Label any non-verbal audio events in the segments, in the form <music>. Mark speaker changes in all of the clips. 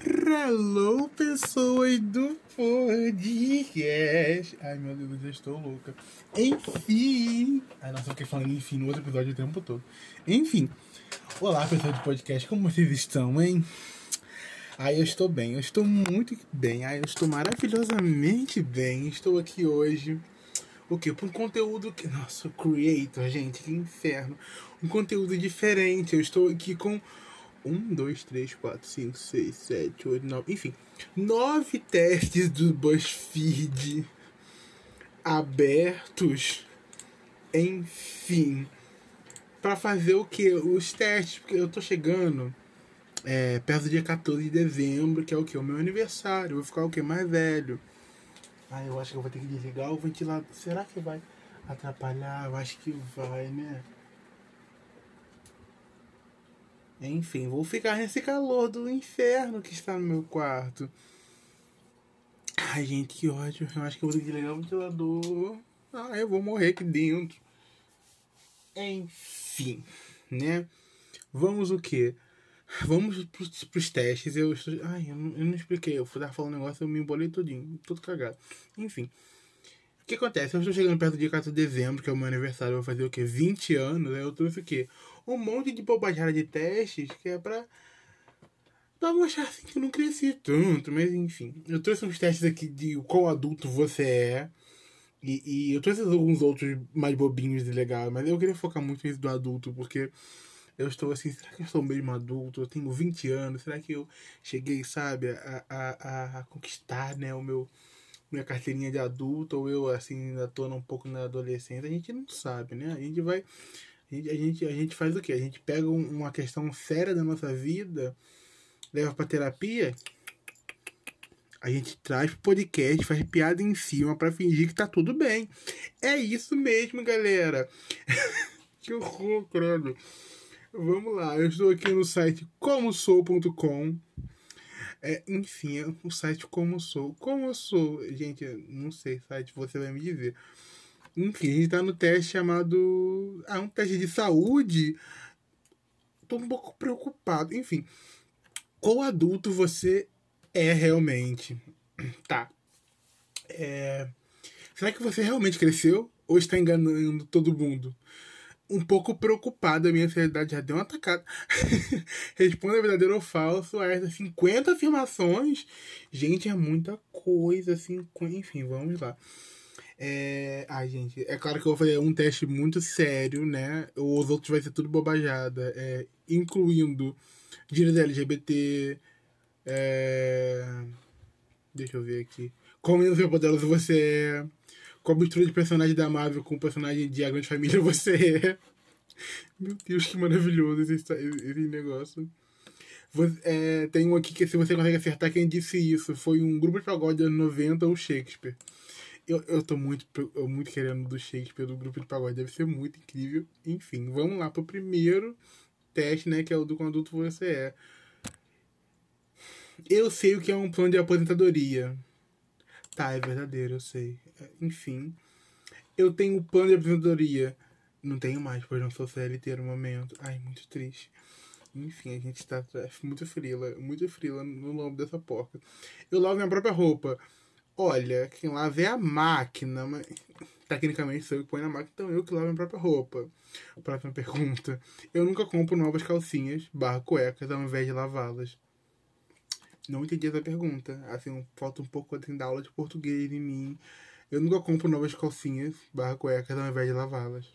Speaker 1: Hello, pessoas do podcast. Ai, meu Deus, eu estou louca. Enfim. Ai, nossa, eu fiquei falando enfim no outro episódio o tempo todo. Enfim. Olá, pessoas do podcast. Como vocês estão, hein? Ai, eu estou bem. Eu estou muito bem. Ai, eu estou maravilhosamente bem. Estou aqui hoje. O quê? Para um conteúdo que... Nossa, creator, gente. Que inferno. Um conteúdo diferente. Eu estou aqui com... 1, 2, 3, 4, 5, 6, 7, 8, 9, enfim. Nove testes do BuzzFeed abertos. Enfim. Pra fazer o que? Os testes, porque eu tô chegando é, perto do dia 14 de dezembro, que é o que? O meu aniversário. Eu vou ficar o que? Mais velho. Ah, eu acho que eu vou ter que desligar o ventilador. Será que vai atrapalhar? Eu acho que vai, né? Enfim, vou ficar nesse calor do inferno que está no meu quarto. Ai, gente, que ódio. Eu acho que eu vou ter que ligar o ventilador. Ah, eu vou morrer aqui dentro. Enfim, né? Vamos o quê? Vamos pros, pros testes. Eu, estou- ai, eu não, eu não expliquei. Eu fui dar falando um negócio, eu me embolei todinho. Todo cagado. Enfim. O que acontece? Eu estou chegando perto do dia 14 de dezembro, que é o meu aniversário, eu vou fazer o quê? 20 anos, aí eu trouxe o quê? Um monte de bobajada de testes que é pra, pra mostrar assim, que eu não cresci tanto, mas enfim. Eu trouxe uns testes aqui de qual adulto você é. E, e eu trouxe alguns outros mais bobinhos e legais, mas eu queria focar muito nisso do adulto, porque eu estou assim, será que eu sou mesmo adulto? Eu tenho 20 anos, será que eu cheguei, sabe, a, a, a- a conquistar, né, o meu minha carteirinha de adulto ou eu assim ainda tô um pouco na adolescência, a gente não sabe, né? A gente vai a gente a gente, a gente faz o quê? A gente pega um- uma questão séria da nossa vida, leva pra terapia, a gente traz pro podcast, faz piada em cima pra fingir que tá tudo bem. É isso mesmo, galera. <laughs> que horror, credo. Vamos lá, eu estou aqui no site comosou.com. É, enfim, é o site Como Eu Sou. Como Eu Sou, gente, eu não sei, site, você vai me dizer. Enfim, a gente tá no teste chamado. Ah, um teste de saúde. Tô um pouco preocupado. Enfim, qual adulto você é realmente? <clears throat> Tá. É, Será que você realmente cresceu ou está enganando todo mundo? Um pouco preocupada, a minha ansiedade já deu uma atacada. <laughs> Responda verdadeiro ou falso a essas 50 afirmações. Gente, é muita coisa, 50... enfim, vamos lá. É... Ai, gente, é claro que eu vou fazer um teste muito sério, né? Os outros vai ser tudo bobajada, é, incluindo direitos LGBT, é... deixa eu ver aqui. Como no Poderoso você é. Qual mistura de personagem da Marvel com o personagem de A Grande Família <laughs> você é? Meu Deus, que maravilhoso esse, esta- esse negócio. Você- é, tem um aqui que se você consegue acertar quem disse isso. Foi um grupo de pagode dos anos 90 ou Shakespeare. Eu, eu tô muito, pre- eu muito querendo do Shakespeare, do grupo de pagode. Deve ser muito incrível. Enfim, vamos lá pro primeiro teste, né? Que é o do conduto você é. Eu sei o que é um plano de aposentadoria. Tá, é verdadeiro, eu sei. É, Enfim. Eu tenho um plano de aposentadoria. Não tenho mais, pois não sou CLT no momento. Ai, muito triste. Enfim, a gente tá tá muito frila, muito frila no lombo dessa porca. Eu lavo minha própria roupa. Olha, quem lava é a máquina, mas tecnicamente sou eu que põe na máquina, então eu que lavo minha própria roupa. Próxima pergunta. Eu nunca compro novas calcinhas barra cuecas ao invés de lavá-las. Não entendi essa pergunta. Assim, falta um pouco assim, da aula de português em mim. Eu nunca compro novas calcinhas barra cuecas ao invés de lavá-las.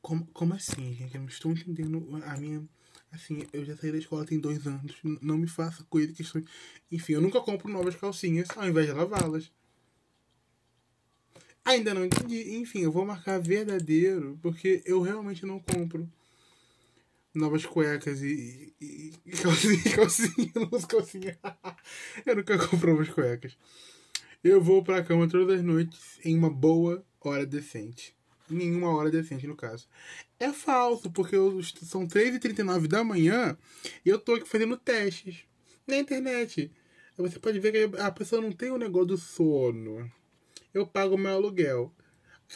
Speaker 1: Como, como assim, gente? Eu não estou entendendo a minha. Assim, eu já saí da escola tem dois anos. N- Não me faça coisa que estou. Enfim, eu nunca compro novas calcinhas ao invés de lavá-las. Ainda não entendi. Enfim, eu vou marcar verdadeiro porque eu realmente não compro novas cuecas e, e, e <laughs> calcinha, calcinha, eu não uso calcinha. <laughs> Eu nunca compro novas cuecas. Eu vou pra cama todas as noites em uma boa hora decente. Nenhuma hora decente, no caso. É falso, porque eu, são 3h39 da manhã e eu tô aqui fazendo testes na internet. Aí Você pode ver que a pessoa não tem o negócio do sono. Eu pago meu aluguel.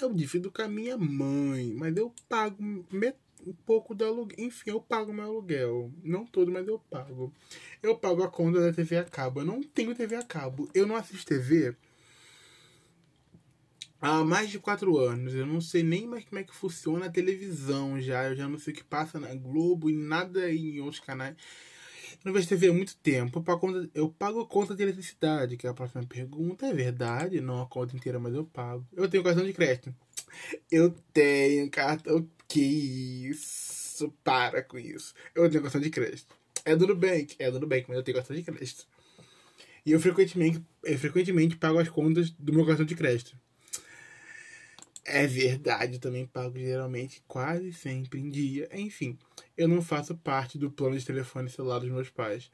Speaker 1: Eu divido com a minha mãe, mas eu pago met- um pouco do aluguel. Enfim, eu pago meu aluguel. Não todo, mas eu pago. Eu pago a conta da TV a cabo. Eu não tenho TV a cabo. Eu não assisto TV há mais de quatro anos. Eu não sei nem mais como é que funciona a televisão já. Eu já não sei o que passa na Globo e nada em outros canais. Eu não vejo TV há muito tempo. Eu pago, conta, eu pago a conta de eletricidade, que é a próxima pergunta. É verdade, não a conta inteira, mas eu pago. Eu tenho cartão de crédito. Eu tenho cartão. Que isso? Para com isso. Eu tenho cartão de crédito. É do Nubank, é do Nubank, mas eu tenho cartão de crédito. E eu frequentemente, eu frequentemente pago as contas do meu cartão de crédito. É verdade, eu também pago geralmente quase sempre em dia. Enfim, eu não faço parte do plano de telefone celular dos meus pais.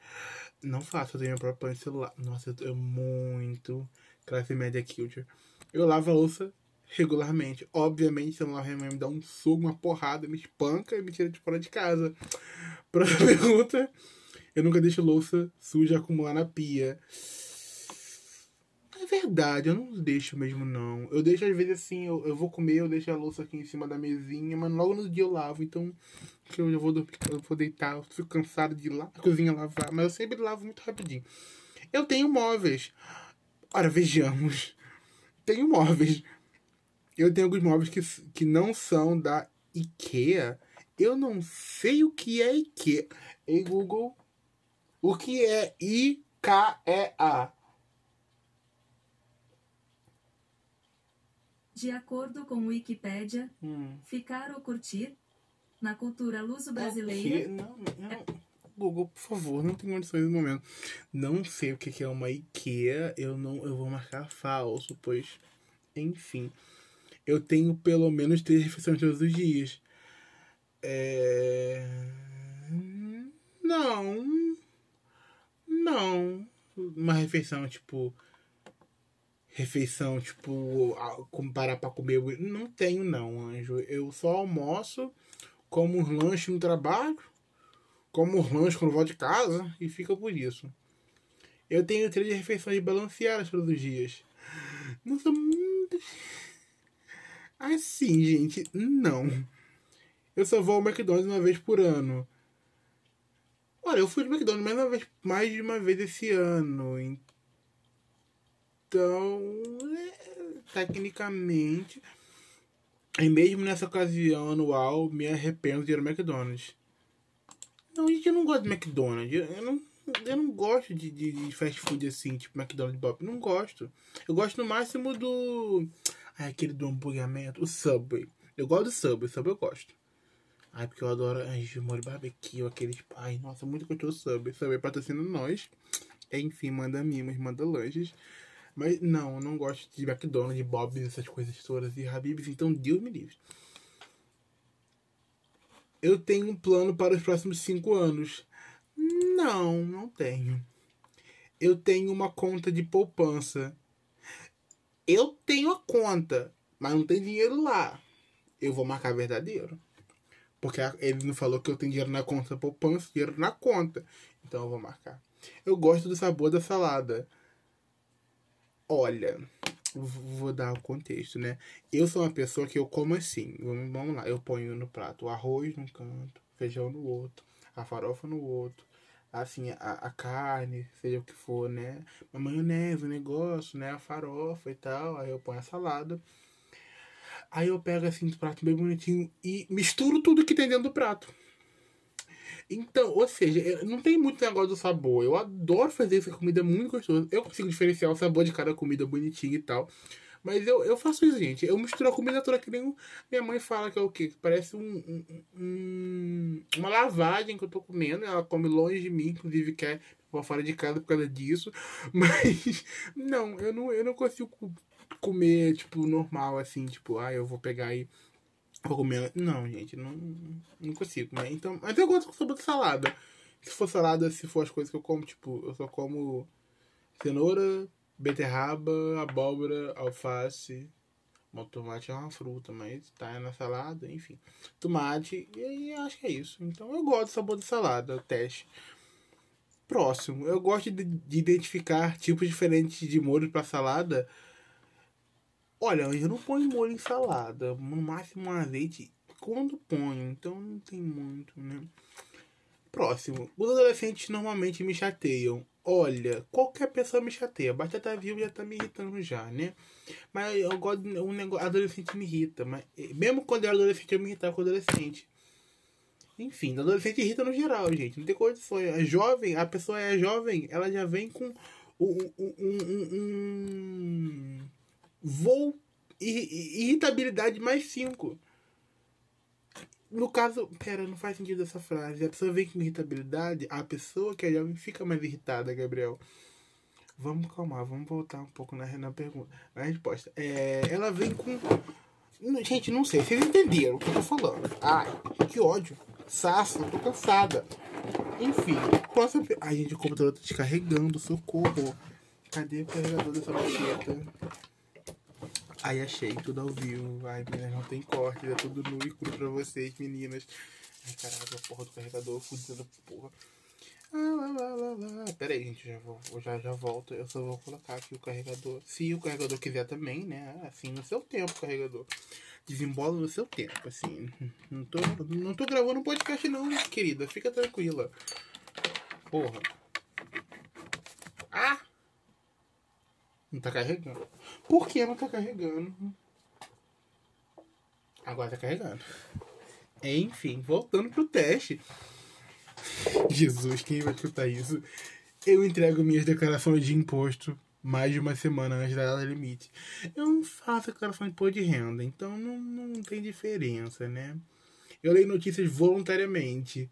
Speaker 1: Não faço, eu tenho meu próprio plano de celular. Nossa, eu tô muito classe média culture. Eu lavo a louça regularmente. Obviamente, se eu não lavar minha mãe me dá um soco, uma porrada, me espanca e me tira de fora de casa. <laughs> Próxima pergunta. Eu nunca deixo louça suja acumular na pia É verdade, eu não deixo mesmo, não. Eu deixo, às vezes, assim, eu, eu vou comer, eu deixo a louça aqui em cima da mesinha, mas logo no dia eu lavo, então que eu já vou, dormir, eu vou deitar, eu fico cansado de ir lá, a cozinha lavar, mas eu sempre lavo muito rapidinho. Eu tenho móveis. Ora, vejamos. Tenho móveis. Eu tenho alguns móveis que, que não são da IKEA. Eu não sei o que é IKEA. Ei, Google, o que é I-K-E-A?
Speaker 2: De acordo com Wikipedia,
Speaker 1: Hum.
Speaker 2: ficar ou curtir, na cultura
Speaker 1: Que-
Speaker 2: luso-brasileira,
Speaker 1: Não, não. Google, por favor, não tem condições no momento. Não sei o que que é uma IKEA, eu não, eu vou marcar falso, pois, enfim, eu tenho pelo menos três refeições todos os dias. É... Não, não, uma refeição tipo refeição tipo a- como parar para comer, não tenho não, anjo. Eu só almoço como uns lanches no trabalho, como uns lanches quando volto de casa e fica por isso. Eu tenho três refeições balanceadas todos os dias. Não sou muito. Assim, gente, não. Eu só vou ao McDonald's uma vez por ano. Olha, eu fui no McDonald's mais, uma vez, mais de uma vez esse ano. Então, é, tecnicamente, e mesmo nessa ocasião anual, me arrependo de ir ao McDonald's. Não, gente, eu não gosto de McDonald's. Eu, eu não, eu não gosto de, de, de fast food assim, tipo McDonald's Bop. Não gosto. Eu gosto no máximo do. Ai, aquele do hambúrguermento. O Subway. Eu gosto do Subway. Subway eu gosto. Ai, porque eu adoro. Ai, molho barbecue, aqueles. Ai, nossa, muito gostoso o Subway. Subway patrocina nós. É Enfim, manda mimos, manda lanches. Mas não, eu não gosto de McDonald's, de Bob's, essas coisas todas e Habib's, então Deus me livre. Eu tenho um plano para os próximos cinco anos. Não, não tenho. Eu tenho uma conta de poupança. Eu tenho a conta, mas não tem dinheiro lá. Eu vou marcar verdadeiro. Porque a- ele não falou que eu tenho dinheiro na conta da poupança, dinheiro na conta. Então eu vou marcar. Eu gosto do sabor da salada. Olha, v- vou dar o contexto, né? Eu sou uma pessoa que eu como assim. Vamos, vamos lá, eu ponho no prato o arroz num canto, feijão no outro, a farofa no outro, assim, a, a carne, seja o que for, né? A maionese, o negócio, né? A farofa e tal. Aí eu ponho a salada. Aí eu pego assim do prato bem bonitinho e misturo tudo que tem dentro do prato. Então, ou seja, eu- não tem muito negócio do sabor. Eu adoro fazer essa comida muito gostosa. Eu consigo diferenciar o sabor de cada comida bonitinho e tal. Mas eu, eu faço isso, gente. Eu misturo a comida toda que nem o- minha mãe fala que é o quê? Que parece um, um- um- uma lavagem que eu tô comendo. Ela come longe de mim, inclusive quer ir pra fora de casa por causa disso. <laughs> Mas não, eu não, eu não consigo co- comer, tipo, normal, assim, tipo, ah, eu vou pegar e vou comer. Não, gente, não, não consigo, né? Então, mas eu gosto com sabor de salada. Se for salada, se for as coisas que eu como, tipo, eu só como cenoura, beterraba, abóbora, alface. Bom, tomate é uma fruta, mas tá na salada, enfim. Tomate, e aí eu acho que é isso. Então eu gosto do sabor de salada, teste. Próximo, eu gosto de, de identificar tipos diferentes de molho pra salada. Olha, eu não ponho molho em salada, no máximo um azeite. quando ponho, então não tem muito, né? Próximo. Os adolescentes normalmente me chateiam. Olha, qualquer pessoa me chateia. Basta estar vivo já tá me irritando já, né? Mas eu gosto. de- Um negócio, adolescente me irrita. Mas, eh, mesmo quando eu era adolescente, eu me irritava com adolescente. Enfim, adolescente irrita no geral, gente. Não tem condições. É jovem, a pessoa é jovem, ela já vem com um, um, um, um- um voo irri- irritabilidade mais 5. No caso, pera, não faz sentido essa frase. A pessoa vem com irritabilidade, a pessoa que é jovem fica mais irritada, Gabriel. Vamos calmar, vamos voltar um pouco na, na pergunta. Na resposta. É, ela vem com. Não, Gente, não sei, vocês entenderam o que eu tô falando. Ai, que ódio. Saço, eu tô cansada. Enfim, próxima. pe- Ai, gente, o computador tá descarregando, socorro. Cadê o carregador dessa baqueta? Aí achei tudo ao vivo. Ai, meninas, não tem corte, é tudo nu e cru pra vocês, meninas. Ai, caraca, a porra do carregador, fudida porra. Ah, lá, lá, lá, lá. Pera aí, gente, já, vou, eu já, já volto. Eu só vou colocar aqui o carregador. Se o carregador quiser também, né? Assim, no seu tempo, carregador. Desembola no seu tempo, assim. Não tô, não tô gravando um podcast, não, querida. Fica tranquila. Porra. Ah! Não tá carregando. Por que não tá carregando? Agora tá carregando. Enfim, voltando pro teste. Jesus, quem vai escutar isso? Eu entrego minhas declarações de imposto mais de uma semana antes da data limite. Eu não faço declaração de imposto de renda, então não, não tem diferença, né? Eu leio notícias voluntariamente.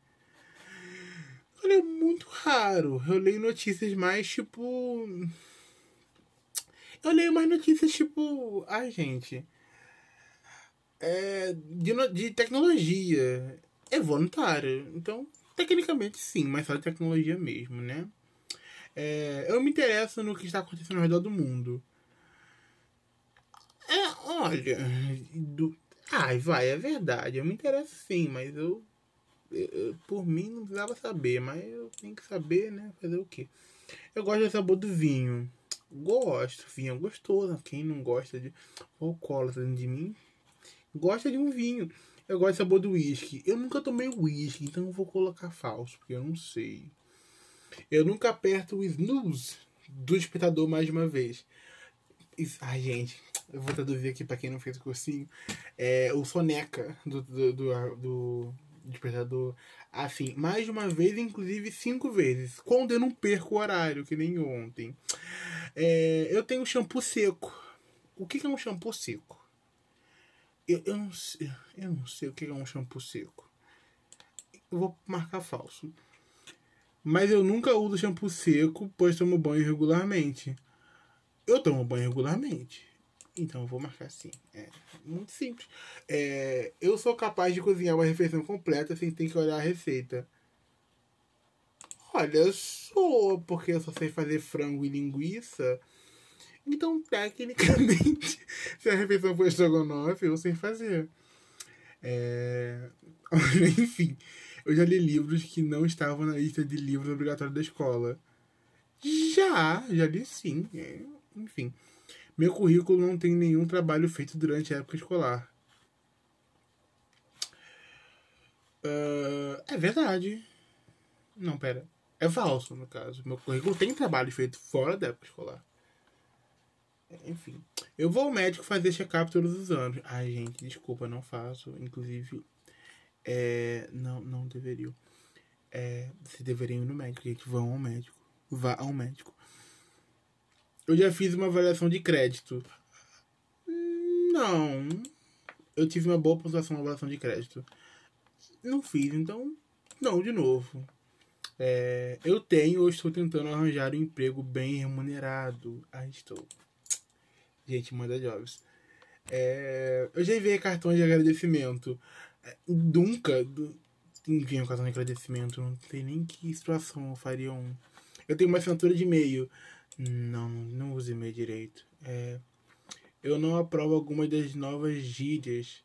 Speaker 1: Olha, é muito raro. Eu leio notícias mais tipo. Eu leio mais notícias tipo. Ai, gente. É, de, no- de tecnologia. É voluntário. Então, tecnicamente sim, mas só de tecnologia mesmo, né? É, eu me interesso no que está acontecendo ao redor do mundo. É, olha. Do... Ai, vai, é verdade. Eu me interesso sim, mas eu. eu- eu- por mim não precisava saber, mas eu tenho que saber, né? Fazer o quê? Eu gosto do sabor do vinho. Gosto, vinho é gostoso. Quem não gosta de o alcoólatra dentro de mim, gosta de um vinho. Eu gosto do sabor do uísque. Eu nunca tomei uísque, então eu vou colocar falso, porque eu não sei. Eu nunca aperto o snooze do despertador mais de uma vez. Isso- ai, gente, eu vou traduzir aqui pra quem não fez o cursinho. É, o soneca do, do, do, do despertador. Assim, mais de uma vez, inclusive cinco vezes. Quando eu não perco o horário, que nem ontem. É, eu tenho shampoo seco. O que que é um shampoo seco? Eu, eu, não, sei, eu não sei o que que é um shampoo seco. Eu vou marcar falso. Mas eu nunca uso shampoo seco, pois tomo banho regularmente. Eu tomo banho regularmente. Então eu vou marcar assim. É muito simples. É, eu sou capaz de cozinhar uma refeição completa sem ter que olhar a receita. Olha, eu sou, porque eu só sei fazer frango e linguiça. Então, tecnicamente, <laughs> se a refeição for estrogonofe, eu sei fazer. É... <laughs> Enfim, eu já li livros que não estavam na lista de livros obrigatórios da escola. Já, já li sim. é, Enfim, meu currículo não tem nenhum trabalho feito durante a época escolar. Ah, é verdade. Não, pera. É falso, no caso. Meu currículo tem trabalho feito fora da época escolar. Enfim. Eu vou ao médico fazer check-up todos os anos. Ai, gente, desculpa, não faço. Inclusive, é, não, não deveriam. É, se deveriam ir no médico, gente. Vão ao médico. Vá ao médico. Eu já fiz uma avaliação de crédito. Não. Eu tive uma boa pontuação na avaliação de crédito. Não fiz, então. Não, de novo. É, eu tenho ou estou tentando arranjar um emprego bem remunerado. Aí estou. Gente, manda jobs. É, eu já enviei cartões de agradecimento. É, Nunca du- enviei um cartão de agradecimento. Não sei nem que situação eu faria um. Eu tenho uma assinatura de e-mail. Não, não uso e-mail direito. É, eu não aprovo algumas das novas gírias.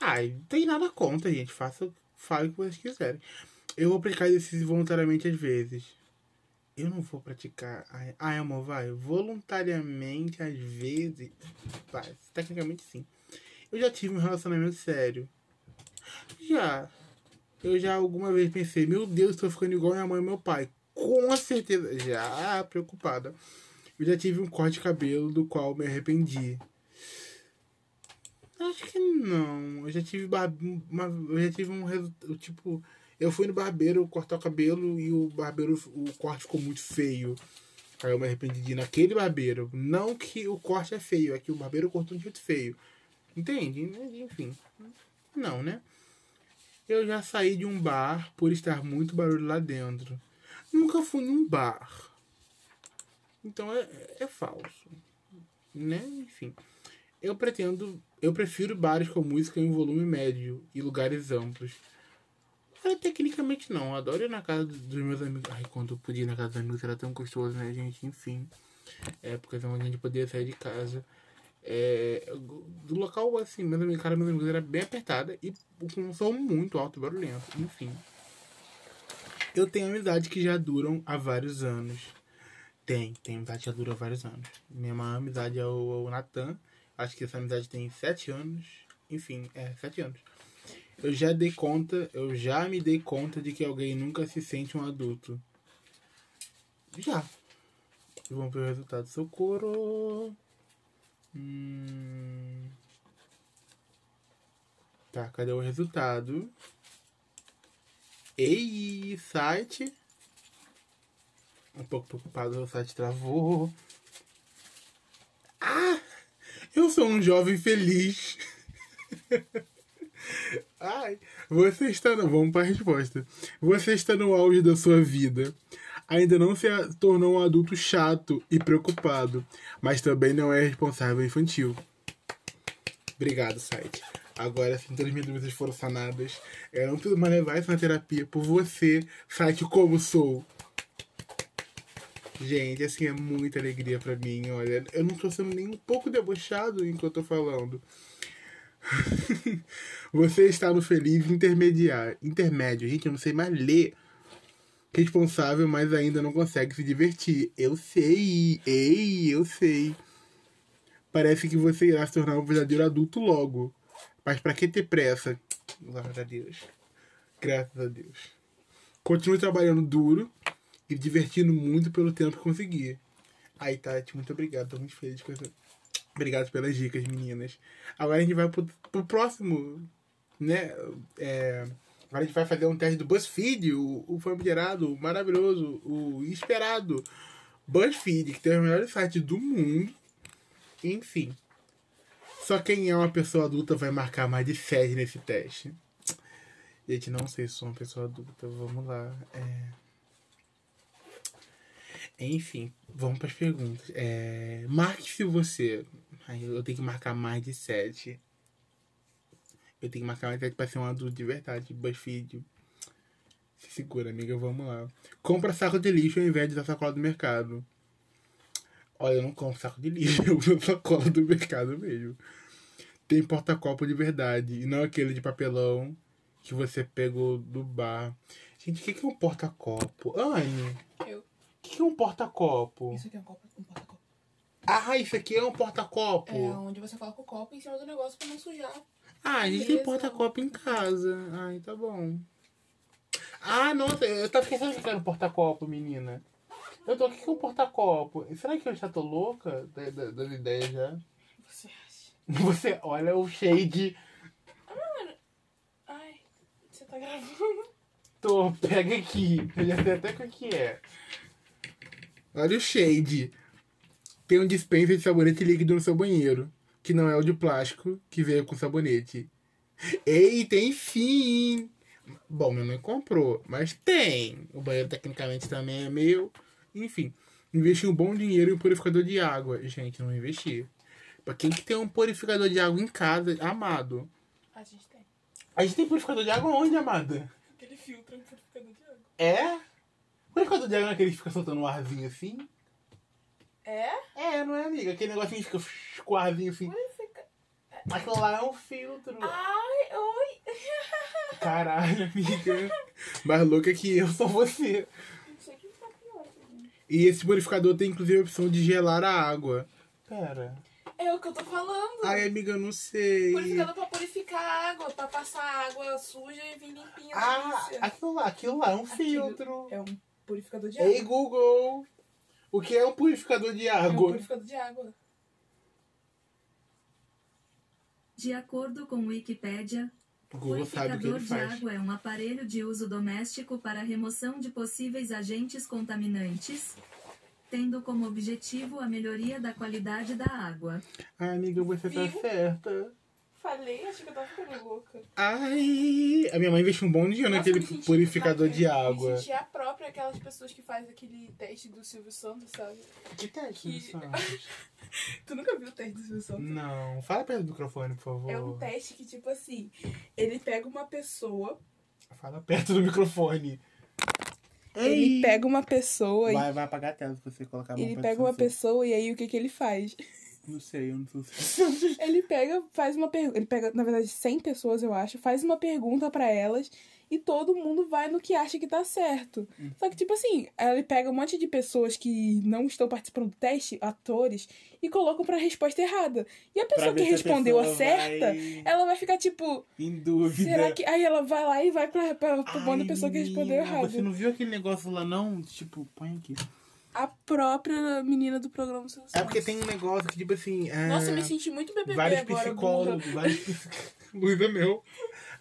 Speaker 1: Ai, não tem nada contra, gente. Faça, fale o que vocês quiserem. Eu vou praticar exercício voluntariamente às vezes. Eu não vou praticar. Ai, ai, amor, vai. Voluntariamente às vezes. Vai, tecnicamente sim. Eu já tive um relacionamento sério. Já. Eu já alguma vez pensei, meu Deus, tô ficando igual minha mãe e meu pai. Com certeza. Já preocupada. Eu já tive um corte de cabelo do qual me arrependi. Acho que não. Eu já tive barbe... uma... Eu já tive um resultado. Tipo, eu fui no barbeiro cortar o cabelo e o barbeiro. O corte ficou muito feio. Aí eu me arrependi de ir naquele barbeiro. Não que o corte é feio, é que o barbeiro cortou de jeito feio. Entende? Enfim. Não, né? Eu já saí de um bar por estar muito barulho lá dentro. Nunca fui num bar. Então é, é falso. Né? Enfim. Eu pretendo. Eu prefiro bares com música em volume médio e lugares amplos. Olha, É, tecnicamente não. Eu adoro ir na casa do- dos meus amigos. Ai, quando eu podia ir na casa dos amigos era tão gostoso, né, gente? Enfim. Épocas onde a gente podia sair de casa. É, eu go- do local, assim, meus amigos, cara, meus amigos era bem apertada e com um som muito alto e barulhento. Enfim. Eu tenho amizades que já duram há vários anos. Tem, tem amizade que já dura vários anos. Minha maior amizade é o, o Natan. Acho que essa amizade tem sete anos. Enfim, é, sete anos. Eu já dei conta, eu já me dei conta de que alguém nunca se sente um adulto. Já. E Vamos ver o resultado. Socorro. Hum. Tá, cadê o resultado? Ei, site. Um pouco preocupado, o site travou. Ah! Eu sou um jovem feliz. Ai, você está no. Vamos para a resposta. Você está no auge da sua vida. Ainda não se a- tornou um adulto chato e preocupado, mas também não é responsável infantil. Obrigado, site. Agora sim, todas as minhas dúvidas foram sanadas. Eu não preciso mais levar isso na terapia por você, site como sou. Gente, assim, é muita alegria pra mim, olha. Eu não tô sendo nem um pouco debochado em que eu tô falando. Você está no feliz intermediário. Intermédio. Gente, eu não sei mais ler. Responsável, mas ainda não consegue se divertir. Eu sei. Ei, eu sei. Parece que você irá se tornar um verdadeiro adulto logo. Mas pra que ter pressa? Glória a Deus. Graças a Deus. Continue trabalhando duro e divertindo muito pelo tempo que conseguir. Aí, Tati, muito obrigado. Tô muito feliz com essa. Obrigado pelas dicas, meninas. Agora a gente vai pro, pro próximo, né? É, agora a gente vai fazer um teste do BuzzFeed, o, o famigerado, o maravilhoso, o esperado BuzzFeed, que tem o melhor site do mundo. Enfim. Só quem é uma pessoa adulta vai marcar mais de 7 nesse teste. Gente, não sei se sou uma pessoa adulta. Vamos lá. É... Enfim, vamos para as perguntas. É, Marque se você. Ai, eu tenho que marcar mais de sete. Eu tenho que marcar mais de sete para ser um adulto de verdade. BuzzFeed. Se segura, amiga. Vamos lá. Compra saco de lixo ao invés de usar sacola do mercado. Olha, eu não compro saco de lixo. <laughs> Eu uso sacola do mercado mesmo. Tem porta-copo de verdade. E não aquele de papelão que você pegou do bar. Gente, o que que é um porta-copo? Anne,
Speaker 3: Eu.
Speaker 1: o que que é um porta-copo?
Speaker 3: Isso aqui é um copo, um porta-copo.
Speaker 1: Ah, isso aqui é um porta-copo.
Speaker 3: É onde você coloca o copo em cima do negócio pra não sujar.
Speaker 1: Ah, a gente tem
Speaker 3: Beleza.
Speaker 1: porta-copo em casa. Ai, tá bom. Ah, nossa, eu tava esquecendo que era um porta-copo, menina. Eu tô aqui com um porta-copo. Será que eu já tô louca da- da- das ideias já? <laughs>
Speaker 3: Você acha?
Speaker 1: Você olha o shade.
Speaker 3: Ai, você tá gravando.
Speaker 1: Tô, pega aqui. Eu já sei até o que é. Olha o shade. Tem um dispenser de sabonete líquido no seu banheiro. Que não é o de plástico que veio com sabonete. Ei, tem sim! Bom, minha mãe comprou, mas tem. O banheiro tecnicamente também é meu. Enfim, investi um bom dinheiro em um purificador de água. Gente, não investi. Pra quem que tem um purificador de água em casa, amado.
Speaker 3: A gente tem.
Speaker 1: A gente tem purificador de água onde, amada?
Speaker 3: Aquele filtro que fica no de água.
Speaker 1: É? Por causa do diagrama é aquele que fica soltando um arzinho assim?
Speaker 3: É?
Speaker 1: É, não é, amiga? Aquele negocinho que fica fsh, com o arzinho assim.
Speaker 3: Olha, fica.
Speaker 1: Aquilo lá é um filtro.
Speaker 4: Ah.
Speaker 3: Ai, oi.
Speaker 1: Caralho, amiga. Mais louca que eu, só você.
Speaker 3: Isso aqui tá pior.
Speaker 1: E esse purificador tem inclusive a opção de gelar a água. Pera.
Speaker 3: É
Speaker 4: É o que eu tô falando.
Speaker 1: Ai, amiga, eu não sei.
Speaker 4: Purificador é pra purificar a água, pra passar a água suja e vir limpinha.
Speaker 1: Ah,
Speaker 4: delícia.
Speaker 1: aquilo lá, aquilo lá é um
Speaker 4: Aquilo
Speaker 1: filtro.
Speaker 4: É um purificador de água.
Speaker 1: Ei, Google! O que é um purificador de
Speaker 4: É um
Speaker 1: água?
Speaker 4: purificador de água.
Speaker 2: De acordo com Wikipédia,
Speaker 1: O Google sabe o que
Speaker 2: purificador
Speaker 1: ele
Speaker 2: de
Speaker 1: faz.
Speaker 2: água é um aparelho de uso doméstico para remoção de possíveis agentes contaminantes, tendo como objetivo a melhoria da qualidade da água.
Speaker 1: Ai, amiga, você tá
Speaker 4: Viu?
Speaker 1: certa.
Speaker 4: Falei, achei que eu tava ficando louca.
Speaker 1: É Ai! A minha mãe investiu um bom dia
Speaker 4: Nossa,
Speaker 1: naquele
Speaker 4: me senti-
Speaker 1: purificador de
Speaker 4: me
Speaker 1: água.
Speaker 4: senti tá a própria aquelas pessoas que fazem aquele teste do Silvio Santos, sabe?
Speaker 1: Que teste,
Speaker 4: Que-
Speaker 1: Santos?
Speaker 4: Tu nunca viu o teste do Silvio Santos?
Speaker 1: Não, fala perto do microfone, por favor.
Speaker 4: É um teste que, tipo assim, ele pega uma pessoa.
Speaker 1: Fala perto do microfone.
Speaker 4: Ele
Speaker 1: Ei!
Speaker 4: pega uma pessoa e.
Speaker 1: Vai, assim. vai apagar a tela se você colocar a mão
Speaker 4: Ele
Speaker 1: perto
Speaker 4: pega
Speaker 1: do
Speaker 4: uma
Speaker 1: sensor.
Speaker 4: pessoa e aí o que que ele faz? <laughs>
Speaker 1: Não sei, eu não sou sensor.
Speaker 4: Ele pega, faz uma pergunta. Ele pega, na verdade, 100 pessoas, eu acho, faz uma pergunta pra elas e todo mundo vai no que acha que tá certo.
Speaker 1: Uhum.
Speaker 4: Só que, tipo assim, ele pega um monte de pessoas que não estão participando do teste, atores, e colocam pra resposta errada. E a pessoa
Speaker 1: Pra ver
Speaker 4: que
Speaker 1: se a
Speaker 4: respondeu a
Speaker 1: pessoa
Speaker 4: certa,
Speaker 1: vai
Speaker 4: ela vai ficar tipo,
Speaker 1: Em dúvida.
Speaker 4: será que. Aí ela vai lá e vai pra, pra, pra banda
Speaker 1: né? Ai,
Speaker 4: pessoa que respondeu
Speaker 1: menina,
Speaker 4: errado.
Speaker 1: Você não viu aquele negócio lá, não? Tipo, põe aqui.
Speaker 4: A própria menina do programa Silvio
Speaker 1: É porque
Speaker 4: Santos.
Speaker 1: tem um negócio que, tipo assim. é,
Speaker 4: Nossa, eu me senti muito BBB
Speaker 1: Vários
Speaker 4: agora,
Speaker 1: psicólogos,
Speaker 4: Guga. <laughs>
Speaker 1: vários psicólogos. Luísa Mel.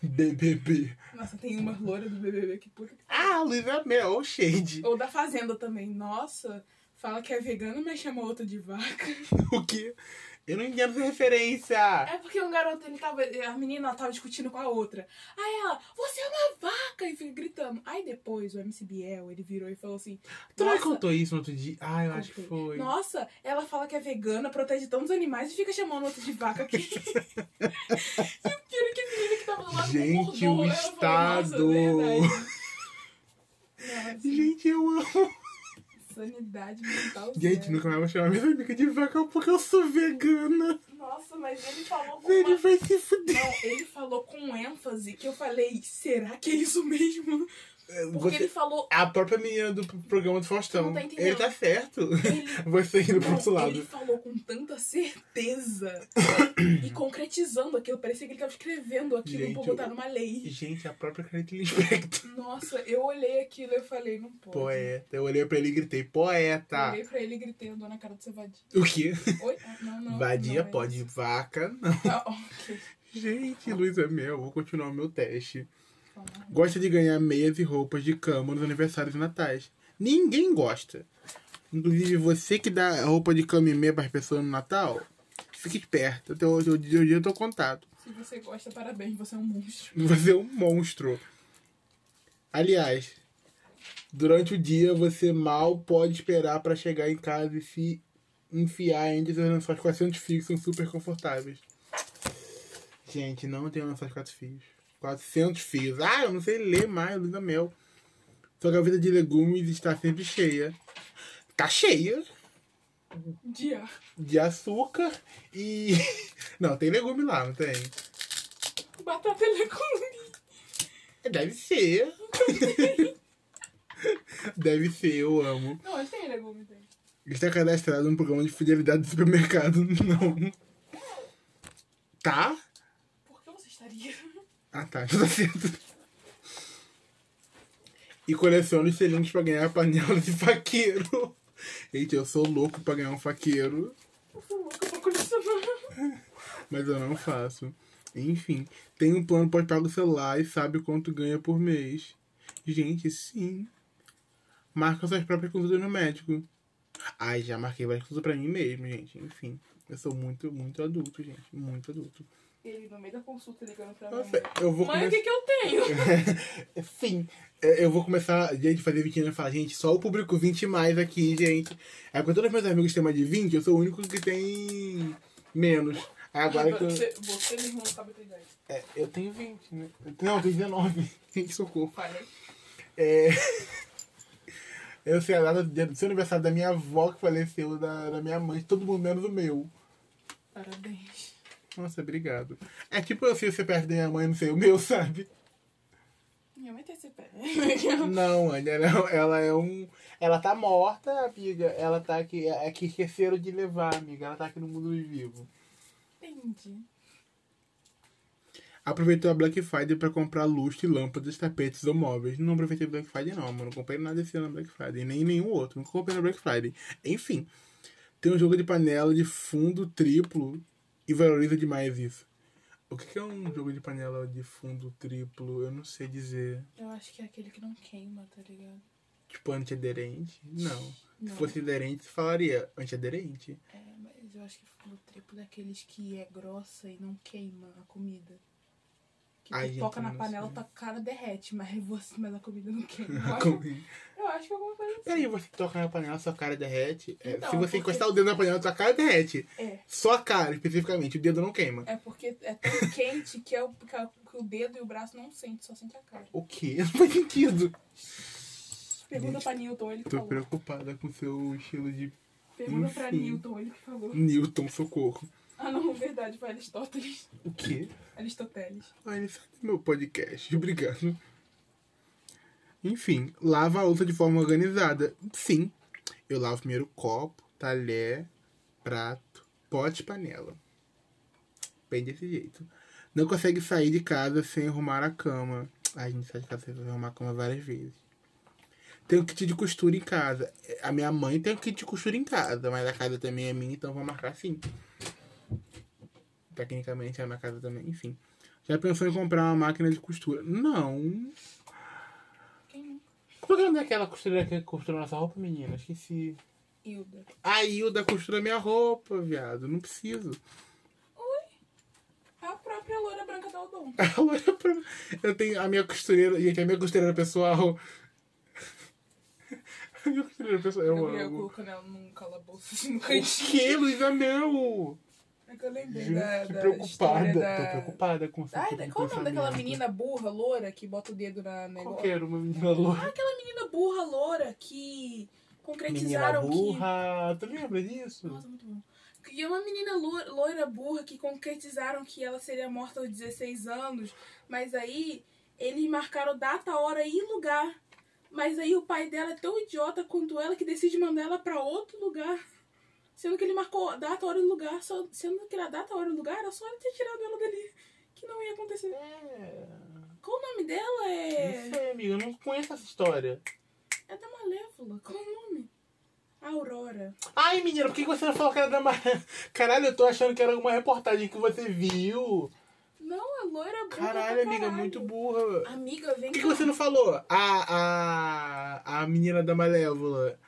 Speaker 1: BBB.
Speaker 4: Nossa, tem uma loura do BBB que puta.
Speaker 1: Ah, Luísa Mel, shade.
Speaker 4: Ou da Fazenda também. Nossa, fala que é vegano, mas chama outro de vaca.
Speaker 1: O que? Eu não entendo essa referência.
Speaker 4: É porque um garoto, ele tava. A menina ela tava discutindo com a outra. Aí ela, você é uma vaca! E fica gritando. Aí depois o MC Biel, ele virou e falou assim.
Speaker 1: Tu não me
Speaker 4: "Nossa,
Speaker 1: contou isso no outro dia? Ah, eu acho que
Speaker 4: contei.
Speaker 1: foi.
Speaker 4: Nossa, ela fala que é vegana, protege tantos animais e fica chamando outro de
Speaker 1: <laughs>
Speaker 4: vaca aqui. e o pior é que a menina que tava do lado
Speaker 1: Gente,
Speaker 4: concordou.
Speaker 1: o
Speaker 4: Ela
Speaker 1: Estado.
Speaker 4: Falou, Nossa, verdade. é Nossa,
Speaker 1: Gente, eu amo.
Speaker 4: sanidade mental.
Speaker 1: <laughs> Gente,
Speaker 4: zero.
Speaker 1: nunca mais vou chamar minha amiga de vaca porque eu sou vegana.
Speaker 4: Nossa, mas ele falou com
Speaker 1: Ele
Speaker 4: uma
Speaker 1: vai se fuder.
Speaker 4: Não, ele falou com ênfase que eu falei, será que é isso mesmo? Porque
Speaker 1: Você- é
Speaker 4: ele falou.
Speaker 1: A própria menina do programa do Faustão.
Speaker 4: Não tá entendendo.
Speaker 1: ele tá certo. <laughs>
Speaker 4: Ele,
Speaker 1: Você indo pro
Speaker 4: não,
Speaker 1: outro
Speaker 4: ele
Speaker 1: lado.
Speaker 4: falou com tanta
Speaker 1: <coughs>
Speaker 4: certeza e concretizando aquilo. Parecia que ele tava escrevendo aquilo
Speaker 1: Gente,
Speaker 4: pra botar
Speaker 1: eu-
Speaker 4: numa lei.
Speaker 1: Gente, a própria Caitlyn Inspector.
Speaker 4: Nossa, eu olhei aquilo e eu falei, não pode.
Speaker 1: <laughs> Poeta. Eu olhei pra ele e gritei,
Speaker 4: Eu
Speaker 1: poeta.
Speaker 4: olhei pra ele e gritei, andou na cara do seu vadia.
Speaker 1: O quê?
Speaker 4: Oi? Ah, Não, não.
Speaker 1: Vadia
Speaker 4: não, é <laughs>
Speaker 1: pode,
Speaker 4: isso.
Speaker 1: vaca não. <laughs>
Speaker 4: Ah, ok.
Speaker 1: Gente, Luísa Mel, vou continuar o meu teste.
Speaker 4: Calma.
Speaker 1: Gosta de ganhar meias e roupas de cama nos aniversários e natais. Ninguém gosta. Inclusive, você que dá roupa de cama e meia pras pessoas no Natal, fique esperto. Até hoje, hoje em dia eu tô contato.
Speaker 4: Se você gosta, parabéns, você é um monstro.
Speaker 1: Você é um monstro. Aliás, durante o dia você mal pode esperar pra chegar em casa e se enfiar entre seus lençóis com assentos fios que são super confortáveis. Gente, não tenho lençóis quatro fios. 400 fios. Ah, eu não sei ler mais, Luísa Mel. Sua gaveta de legumes está sempre cheia. Tá cheia
Speaker 4: Um Dia.
Speaker 1: de açúcar e. <laughs> Não, tem legume lá, não tem?
Speaker 4: Batata legume.
Speaker 1: Deve ser. <laughs> Deve ser, eu amo.
Speaker 4: Não, ele tem legume, tem.
Speaker 1: Está cadastrado num programa de fidelidade do supermercado? Não. Tá?
Speaker 4: Por que você estaria?
Speaker 1: Ah, tá. Já tá certo. E coleciona os selinhos pra ganhar panelas de faqueiro. Gente, eu sou louco pra ganhar um faqueiro.
Speaker 4: Eu sou louca pra colecionar.
Speaker 1: Mas eu não faço. Enfim, tem um plano pós-pago celular e sabe quanto ganha por mês. Gente, sim. Marca suas próprias consultas no médico. Ai, já marquei várias consultas pra mim mesmo, gente. Enfim, eu sou muito, muito adulto, gente. Muito adulto.
Speaker 4: Ele no meio da consulta ligando pra mim.
Speaker 1: Nossa, eu vou
Speaker 4: Mãe,
Speaker 1: começar.
Speaker 4: o que, que eu tenho?
Speaker 1: Sim, é, eu vou começar, gente, fazer 20 anos e falar, gente, só o público 20 mais aqui, gente. É porque todos meus amigos têm mais de 20, eu sou o único que tem menos. Aí Agora que eu...
Speaker 4: você, você mesmo não sabe ter idade.
Speaker 1: É, eu tenho 20, né? Eu tenho- Não, eu tenho 19. Gente, socorro.
Speaker 4: Falei.
Speaker 1: É... Eu sei a data do dia do seu aniversário da minha avó que faleceu, da, da minha mãe, de todo mundo menos o meu.
Speaker 4: Parabéns.
Speaker 1: assim, <laughs> Nossa, obrigado. É tipo eu sei o CPF da minha mãe, não sei o meu, sabe?
Speaker 4: Minha mãe tem esse pé. <laughs>
Speaker 1: Não, Anya, não. Ela é um. Ela tá morta, amiga. Ela tá aqui. É que esqueceram de levar, amiga. Ela tá aqui no mundo dos vivos.
Speaker 4: Entendi.
Speaker 1: Aproveitou a Black Friday pra comprar lustre, lâmpadas, tapetes ou móveis. Não aproveitei Black Friday, não, mano. Não comprei nada esse ano na Black Friday. Nem nenhum outro. Nunca comprei na Black Friday. Enfim. Tem um jogo de panela de fundo triplo e valoriza demais isso. O que que é um jogo de panela de fundo triplo? Eu não sei dizer.
Speaker 4: Eu acho que é aquele que não queima, tá ligado?
Speaker 1: Tipo, antiaderente? Não. Se
Speaker 4: Não.
Speaker 1: fosse aderente, falaria antiaderente.
Speaker 4: É, mas eu acho que fundo triplo daqueles que é grossa e não queima a comida. Que
Speaker 1: Ai, gente,
Speaker 4: pipoca
Speaker 1: eu
Speaker 4: na
Speaker 1: não
Speaker 4: panela,
Speaker 1: sei.
Speaker 4: tua cara derrete, mas, <laughs> você, mas a comida não
Speaker 1: <laughs>
Speaker 4: queima. Eu acho-
Speaker 1: Como-
Speaker 4: Eu acho que é alguma coisa assim.
Speaker 1: Peraí, você toca na panela, sua cara derrete. É,
Speaker 4: Então,
Speaker 1: se você
Speaker 4: porque-
Speaker 1: encostar o dedo na panela, sua cara derrete.
Speaker 4: É.
Speaker 1: Sua cara, especificamente, o dedo não queima.
Speaker 4: É porque é tão
Speaker 1: <laughs>
Speaker 4: quente que, é o, que, é o- que o dedo e o braço não sente, só sente a cara.
Speaker 1: O quê? <laughs> Não faz sentido.
Speaker 4: Pergunta pra Newton, ele
Speaker 1: Tô
Speaker 4: que falou.
Speaker 1: preocupada com seu estilo de
Speaker 4: Pergunta pra
Speaker 1: Enfim.
Speaker 4: Newton, ele que falou.
Speaker 1: Newton, socorro.
Speaker 4: Ah não, verdade, foi Aristóteles. <laughs>
Speaker 1: O quê?
Speaker 4: Aristoteles.
Speaker 1: Ah, ele sabe meu podcast. <laughs> Obrigado. Enfim, lava a louça de forma organizada. Sim, eu lavo primeiro copo, talher, prato, pote e panela. Bem desse jeito. Não consegue sair de casa sem arrumar a cama. Ai, A gente sai de casa sem arrumar a cama várias vezes. Tem um kit de costura em casa. A minha mãe tem um kit de costura em casa, mas a casa também é minha, então vou marcar sim. Tecnicamente é a minha casa também, enfim. Já pensou em comprar uma máquina de costura? Não.
Speaker 4: Quem nunca?
Speaker 1: Como é que é o nome daquela costureira que costura nossa roupa, menina? Esqueci.
Speaker 4: Hilda.
Speaker 1: A Hilda costura minha roupa, viado. Não preciso. <laughs>
Speaker 4: A própria loura branca do Odon.
Speaker 1: A loira é pra... Eu tenho a minha costureira. Gente, a minha costureira pessoal. <laughs> A minha costureira pessoal. Eu
Speaker 4: Gabriel
Speaker 1: amo.
Speaker 4: colocando né? ela num calabouço assim, no
Speaker 1: O
Speaker 4: cantinho.
Speaker 1: que, Luísa Mel?
Speaker 4: É que eu lembrei
Speaker 1: Gente,
Speaker 4: da,
Speaker 1: que
Speaker 4: da
Speaker 1: preocupada.
Speaker 4: história da...
Speaker 1: Tô preocupada com essa tipo
Speaker 4: Ai, da- qual o nome daquela menina burra, loura, que bota o dedo na negócio?
Speaker 1: Qualquer uma menina louca.
Speaker 4: Ah, aquela menina burra, loura, que
Speaker 1: Menina
Speaker 4: concretizaram
Speaker 1: burra. Tu lembra disso?
Speaker 4: que... Nossa, muito bom. E uma menina lu- loira burra que concretizaram que ela seria morta aos 16 anos, mas aí eles marcaram data, hora e lugar. Mas aí o pai dela é tão idiota quanto ela que decide mandar ela pra outro lugar. Sendo que ele marcou data, hora e lugar, só, sendo que a data, hora e lugar era só ele ter tirado ela dali. Que não ia acontecer.
Speaker 1: É.
Speaker 4: Qual o nome dela? É.
Speaker 1: Não sei, amiga, eu não conheço essa história.
Speaker 4: É da Malévola. Qual o nome? Aurora.
Speaker 1: Ai, menina, por que você não falou que era da Mar... <laughs> Caralho, eu tô achando que era alguma reportagem que você viu.
Speaker 4: Não, a loira burra.
Speaker 1: Caralho,
Speaker 4: pra
Speaker 1: amiga, é muito burra.
Speaker 4: Amiga, vem
Speaker 1: Por que
Speaker 4: cá.
Speaker 1: você não falou? A, a, a menina da Malévola.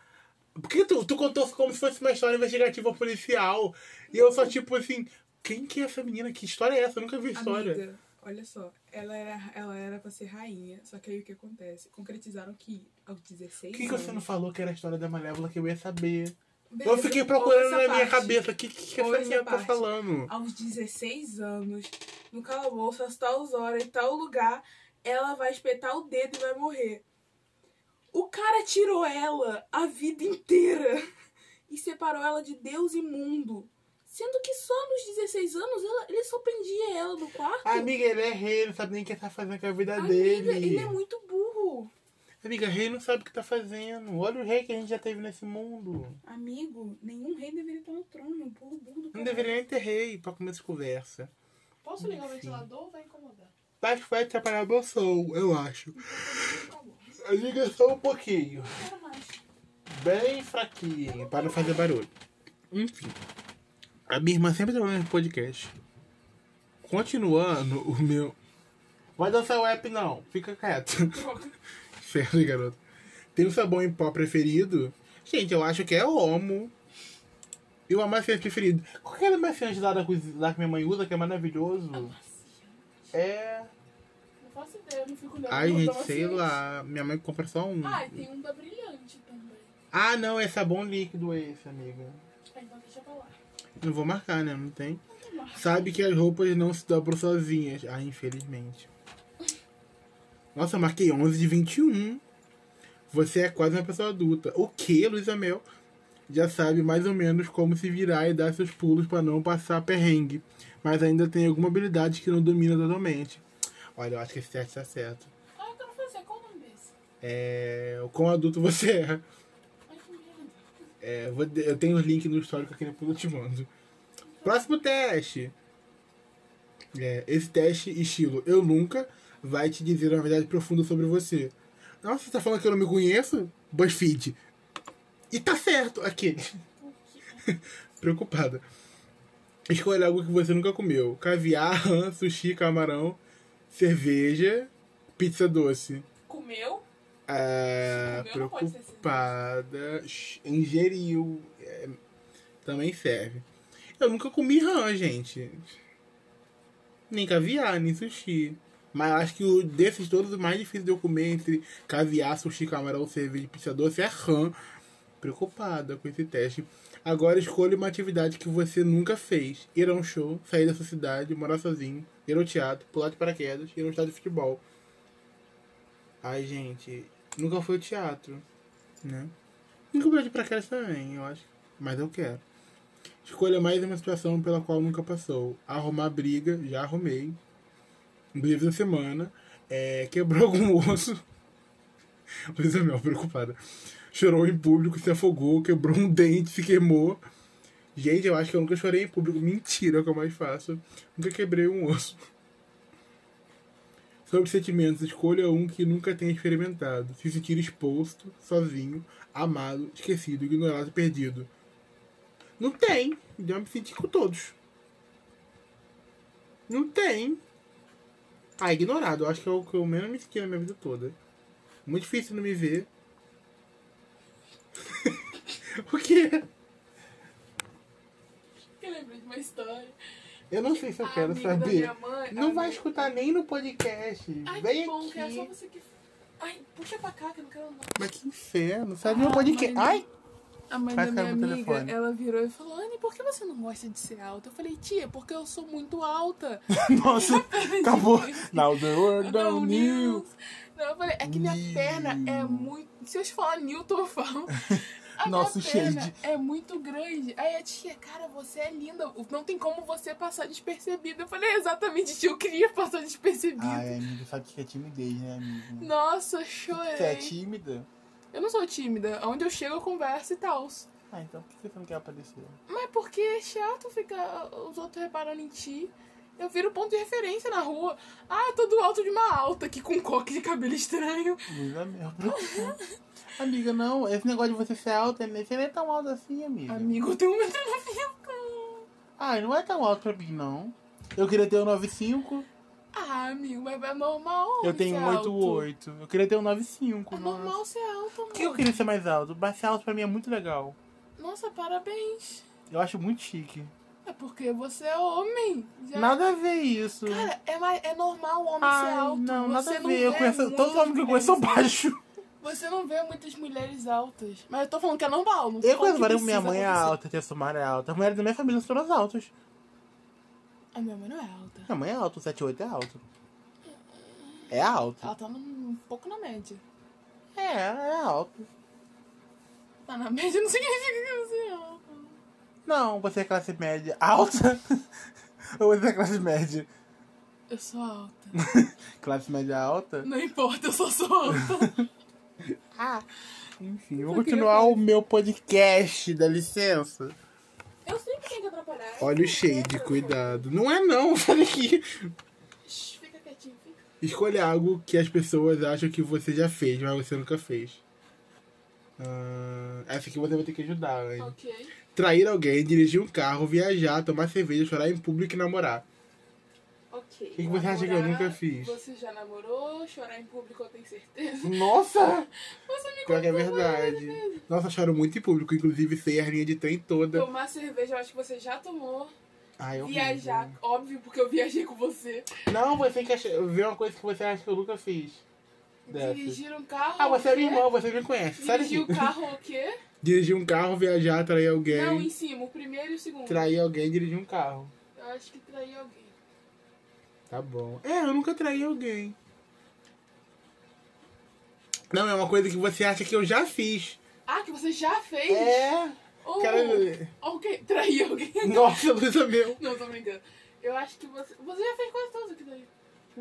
Speaker 1: Por que tu, tu contou como se fosse uma história investigativa policial? E eu só, tipo assim, quem que é essa menina? Que história é essa? Eu nunca vi a história.
Speaker 4: Amiga, olha só. Ela era, ela era pra ser rainha, só que aí o que acontece? Concretizaram que aos 16
Speaker 1: Por que, que você não
Speaker 4: anos-
Speaker 1: falou que era a história da Malévola que eu ia saber? eu
Speaker 4: Beleza,
Speaker 1: fiquei
Speaker 4: ouve
Speaker 1: procurando
Speaker 4: essa
Speaker 1: na minha
Speaker 4: parte.
Speaker 1: cabeça. O que, que, que
Speaker 4: Ouve
Speaker 1: essa
Speaker 4: essa
Speaker 1: menina tá
Speaker 4: parte.
Speaker 1: falando?
Speaker 4: Aos 16 anos, no calabouço, às tal horas, em tal lugar, ela vai espetar o dedo e vai morrer. O cara tirou ela a vida inteira <laughs> e separou ela de Deus e mundo. Sendo que só nos 16 anos ela- ele só prendia ela no quarto.
Speaker 1: Amiga, ele é rei, não sabe nem o que tá fazendo com a vida
Speaker 4: Amiga,
Speaker 1: dele.
Speaker 4: ele é muito burro.
Speaker 1: Amiga, rei não sabe o que tá fazendo. Olha o rei que a gente já teve nesse mundo.
Speaker 4: Amigo, nenhum rei deveria estar no trono. Burro, burro do
Speaker 1: Não
Speaker 4: caralho.
Speaker 1: deveria nem ter rei pra começar de conversa.
Speaker 5: Posso ligar o ventilador ou vai incomodar?
Speaker 1: Acho que vai atrapalhar meu som, eu acho.
Speaker 5: bom.
Speaker 1: A liga só um pouquinho.
Speaker 5: Não quero mais.
Speaker 1: Bem fraquinho, pra não fazer barulho. Enfim. A minha irmã sempre trabalha no podcast. Continuando, o meu. Vai dançar o app não,
Speaker 5: <laughs>
Speaker 1: fica quieto. Ferro, garoto. Tem um sabão em pó preferido? Gente, eu acho que é homo. E o amaciante preferido? Qual que é o amaciante lá, da cozi- lá que minha mãe usa, que é maravilhoso?
Speaker 5: Ah,
Speaker 1: É.
Speaker 5: Não faço ideia, eu não fico olhando.
Speaker 1: Ai,
Speaker 5: Não,
Speaker 1: gente,
Speaker 5: tava
Speaker 1: sei
Speaker 5: assim.
Speaker 1: lá. Minha mãe compra só um.
Speaker 5: Ah, e tem um da brilhante também.
Speaker 1: Ah, não, é sabão líquido esse, amiga.
Speaker 5: Ah, então deixa pra lá.
Speaker 1: Não vou marcar, né? Não tem. Sabe que as roupas não se dobram sozinhas. Ah, infelizmente. Nossa, eu marquei 11 de 21. Você é quase uma pessoa adulta. O que, Luísa Mel? Já sabe mais ou menos como se virar e dar seus pulos pra não passar perrengue. Mas ainda tem alguma habilidade que não domina totalmente. Olha, eu acho que esse teste tá certo.
Speaker 5: Ah, eu quero fazer
Speaker 1: é, o quão adulto você é.
Speaker 4: Ai, que merda.
Speaker 1: É, vou de- eu tenho o link no histórico aqui depois eu te mando. Próximo teste. É, esse teste, estilo Eu Nunca, vai te dizer uma verdade profunda sobre você. Nossa, você tá falando que eu não me conheço? BuzzFeed. E tá certo. Aqui. <laughs> Preocupada. Escolha algo que você nunca comeu. Caviar, <laughs> rã, sushi, camarão, cerveja, pizza doce.
Speaker 4: Comeu?
Speaker 1: Ah,
Speaker 4: Comeu não pode ser
Speaker 1: É, preocupada. Shh, Ingeriu. É, também serve. Eu nunca comi rã, gente. Nem caviar, nem sushi. Mas eu acho que o, desses todos, o mais difícil de eu comer entre caviar, sushi, camarão, cerveja e pizza doce é rã. Preocupada com esse teste. Agora escolha uma atividade que você nunca fez. Ir a um show, sair da sua cidade, morar sozinho, ir ao teatro, pular de paraquedas, ir ao estádio de futebol. Ai, gente, nunca foi ao teatro, né? Nunca fui de paraquedas também, eu acho. Mas eu quero. Escolha mais uma situação pela qual nunca passou. Arrumar briga, já arrumei. Briga da semana. É, quebrou algum <laughs> osso. Luísa Mel, preocupada. Chorou em público, se afogou, quebrou um dente, se queimou. Gente, eu acho que eu nunca chorei em público. Mentira, é o que eu mais faço. Nunca quebrei um osso. Sobre sentimentos, escolha um que nunca tenha experimentado. Se sentir exposto, sozinho, amado, esquecido, ignorado, perdido. Não tem. Já me senti com todos. Não tem. Ah, ignorado. Eu acho que é o que eu menos me senti na minha vida toda. Muito difícil não me ver. <laughs> o quê?
Speaker 4: Eu lembrei de uma história.
Speaker 1: Eu não sei se eu
Speaker 4: A
Speaker 1: quero
Speaker 4: amiga da
Speaker 1: saber.
Speaker 4: minha mãe- a
Speaker 1: Não vai
Speaker 4: amiga-
Speaker 1: escutar nem no podcast.
Speaker 4: Ai,
Speaker 1: Vem
Speaker 4: que bom, que é só
Speaker 1: aqui.
Speaker 4: você que. Ai, puxa pra cá, que eu não quero não.
Speaker 1: Mas que inferno. Sai do meu
Speaker 4: Ah,
Speaker 1: podcast.
Speaker 4: mas-
Speaker 1: Ai!
Speaker 4: A mãe
Speaker 1: Faz
Speaker 4: da
Speaker 1: cair
Speaker 4: minha
Speaker 1: no
Speaker 4: amiga,
Speaker 1: telefone.
Speaker 4: ela virou e falou, Anne, por que você não gosta de ser alta? Eu falei, tia, porque eu sou muito alta. <laughs>
Speaker 1: Nossa, acabou. Now the world
Speaker 4: Não,
Speaker 1: don't
Speaker 4: Nils.
Speaker 1: knew.
Speaker 4: Não, eu falei, é que minha
Speaker 1: Nils.
Speaker 4: perna é muito. Se eu te falar Newton,
Speaker 1: <laughs>
Speaker 4: eu falo. A
Speaker 1: Nosso
Speaker 4: minha perna
Speaker 1: shade.
Speaker 4: é muito grande. Aí a tia, cara, você é linda. Não tem como você passar despercebida. Eu falei, é exatamente, tia, eu queria passar despercebida.
Speaker 1: Ai, amiga, sabe o que é timidez, né, amiga?
Speaker 4: Nossa, eu chorei.
Speaker 1: Você é tímida?
Speaker 4: Eu não sou tímida. Onde eu chego, eu converso e tal.
Speaker 1: Ah, então por que você não quer aparecer?
Speaker 4: Mas porque é chato ficar uh, os outros reparando em ti. Eu viro ponto de referência na rua. Ah, eu tô do alto de uma alta aqui com um coque de cabelo estranho.
Speaker 1: Luísa Mel, preocupa. é <laughs> Amiga, não, esse negócio de você ser alta, né? você não é tão alta assim, amiga.
Speaker 4: Amigo, eu tenho um metro e noventa.
Speaker 1: Ai, não é tão alto pra mim, não. Eu queria ter um 95,
Speaker 4: Ah, amigo, mas é normal.
Speaker 1: eu tenho
Speaker 4: ser
Speaker 1: um 88. Eu queria ter um 95.
Speaker 4: alto. É
Speaker 1: nossa.
Speaker 4: normal ser alto, amor.
Speaker 1: Por que eu queria ser mais alto? Mas ser alto pra mim é muito legal.
Speaker 4: Nossa, parabéns.
Speaker 1: Eu acho muito chique.
Speaker 4: É porque você é homem. Já-
Speaker 1: Nada a ver isso.
Speaker 4: Cara, é, mais- é normal o homem
Speaker 1: Ai,
Speaker 4: ser alto.
Speaker 1: Não, é nada
Speaker 4: você
Speaker 1: a
Speaker 4: não
Speaker 1: ver. Eu
Speaker 4: vê
Speaker 1: conheço,
Speaker 4: muitas
Speaker 1: todo homem que né? eu conheço são
Speaker 4: mulheres-
Speaker 1: baixo.
Speaker 4: Você não vê muitas mulheres altas. Mas eu tô falando que é normal. Não tô
Speaker 1: Eu
Speaker 4: falando
Speaker 1: conheço
Speaker 4: que
Speaker 1: várias. Minha
Speaker 4: precisa
Speaker 1: mãe é
Speaker 4: acontecer.
Speaker 1: alta, tia Sumara é alta. As mulheres da minha família são todas altas.
Speaker 4: A minha mãe não é alta.
Speaker 1: Minha mãe é alta, o 78 é alto. É alto.
Speaker 4: Ela tá num- um pouco na média.
Speaker 1: É, é alto.
Speaker 4: Tá na <laughs> média não significa que você é alta.
Speaker 1: Não, você é classe média alta. <laughs> Ou você é classe média?
Speaker 4: Eu sou alta.
Speaker 1: Classe média alta?
Speaker 4: Não importa, eu só sou alta.
Speaker 1: Ah, enfim, eu vou
Speaker 4: Eu queria
Speaker 1: continuar
Speaker 4: fazer-
Speaker 1: o meu podcast, dá licença.
Speaker 4: Eu sempre tenho que atrapalhar.
Speaker 1: Olha o shade, cuidado. Não é não, <laughs> olha aqui.
Speaker 4: Shh, Fica quietinho, fica.
Speaker 1: Escolha algo que as pessoas acham que você já fez, mas você nunca fez. Ah, essa aqui você vai ter que ajudar, Anne.
Speaker 4: Ok.
Speaker 1: Trair alguém, dirigir um carro, viajar, tomar cerveja, chorar em público e namorar.
Speaker 4: Ok. O
Speaker 1: que você acha que é? eu nunca fiz?
Speaker 4: Você já namorou, chorar em público, eu tenho certeza. <laughs>
Speaker 1: Nossa!
Speaker 4: Você me
Speaker 1: Pior que é
Speaker 4: contou várias
Speaker 1: verdade.
Speaker 4: vezes.
Speaker 1: Nossa, choro muito em público, inclusive sei a linha de trem toda.
Speaker 4: Tomar cerveja, eu acho que você já tomou.
Speaker 1: Ai, É, eu né?
Speaker 4: Viajar, óbvio, porque eu viajei com você.
Speaker 1: Não, você quer ver uma coisa que você acha que eu nunca fiz. Dessas.
Speaker 4: Dirigir um carro.
Speaker 1: Ah, você é
Speaker 4: o quê?
Speaker 1: minha irmã, você é me conhece. Sai
Speaker 4: Dirigir
Speaker 1: daqui.
Speaker 4: o carro o quê?
Speaker 1: <laughs> Dirigir um carro, viajar, trair
Speaker 4: Não, em
Speaker 1: alguém.
Speaker 4: cima, o primeiro e o segundo.
Speaker 1: Trair alguém, dirigir um carro.
Speaker 4: Eu acho que traí alguém.
Speaker 1: Tá bom. É, eu nunca traí alguém. Não, é uma coisa que você acha que eu já fiz.
Speaker 4: Ah, que você já fez?
Speaker 1: É.
Speaker 4: Oh,
Speaker 1: Cara,
Speaker 4: Ok, traí alguém.
Speaker 1: nossa, Luísa meu.
Speaker 4: <laughs> Não, tô brincando. Eu acho que você. Você já fez quase todos aqui daí.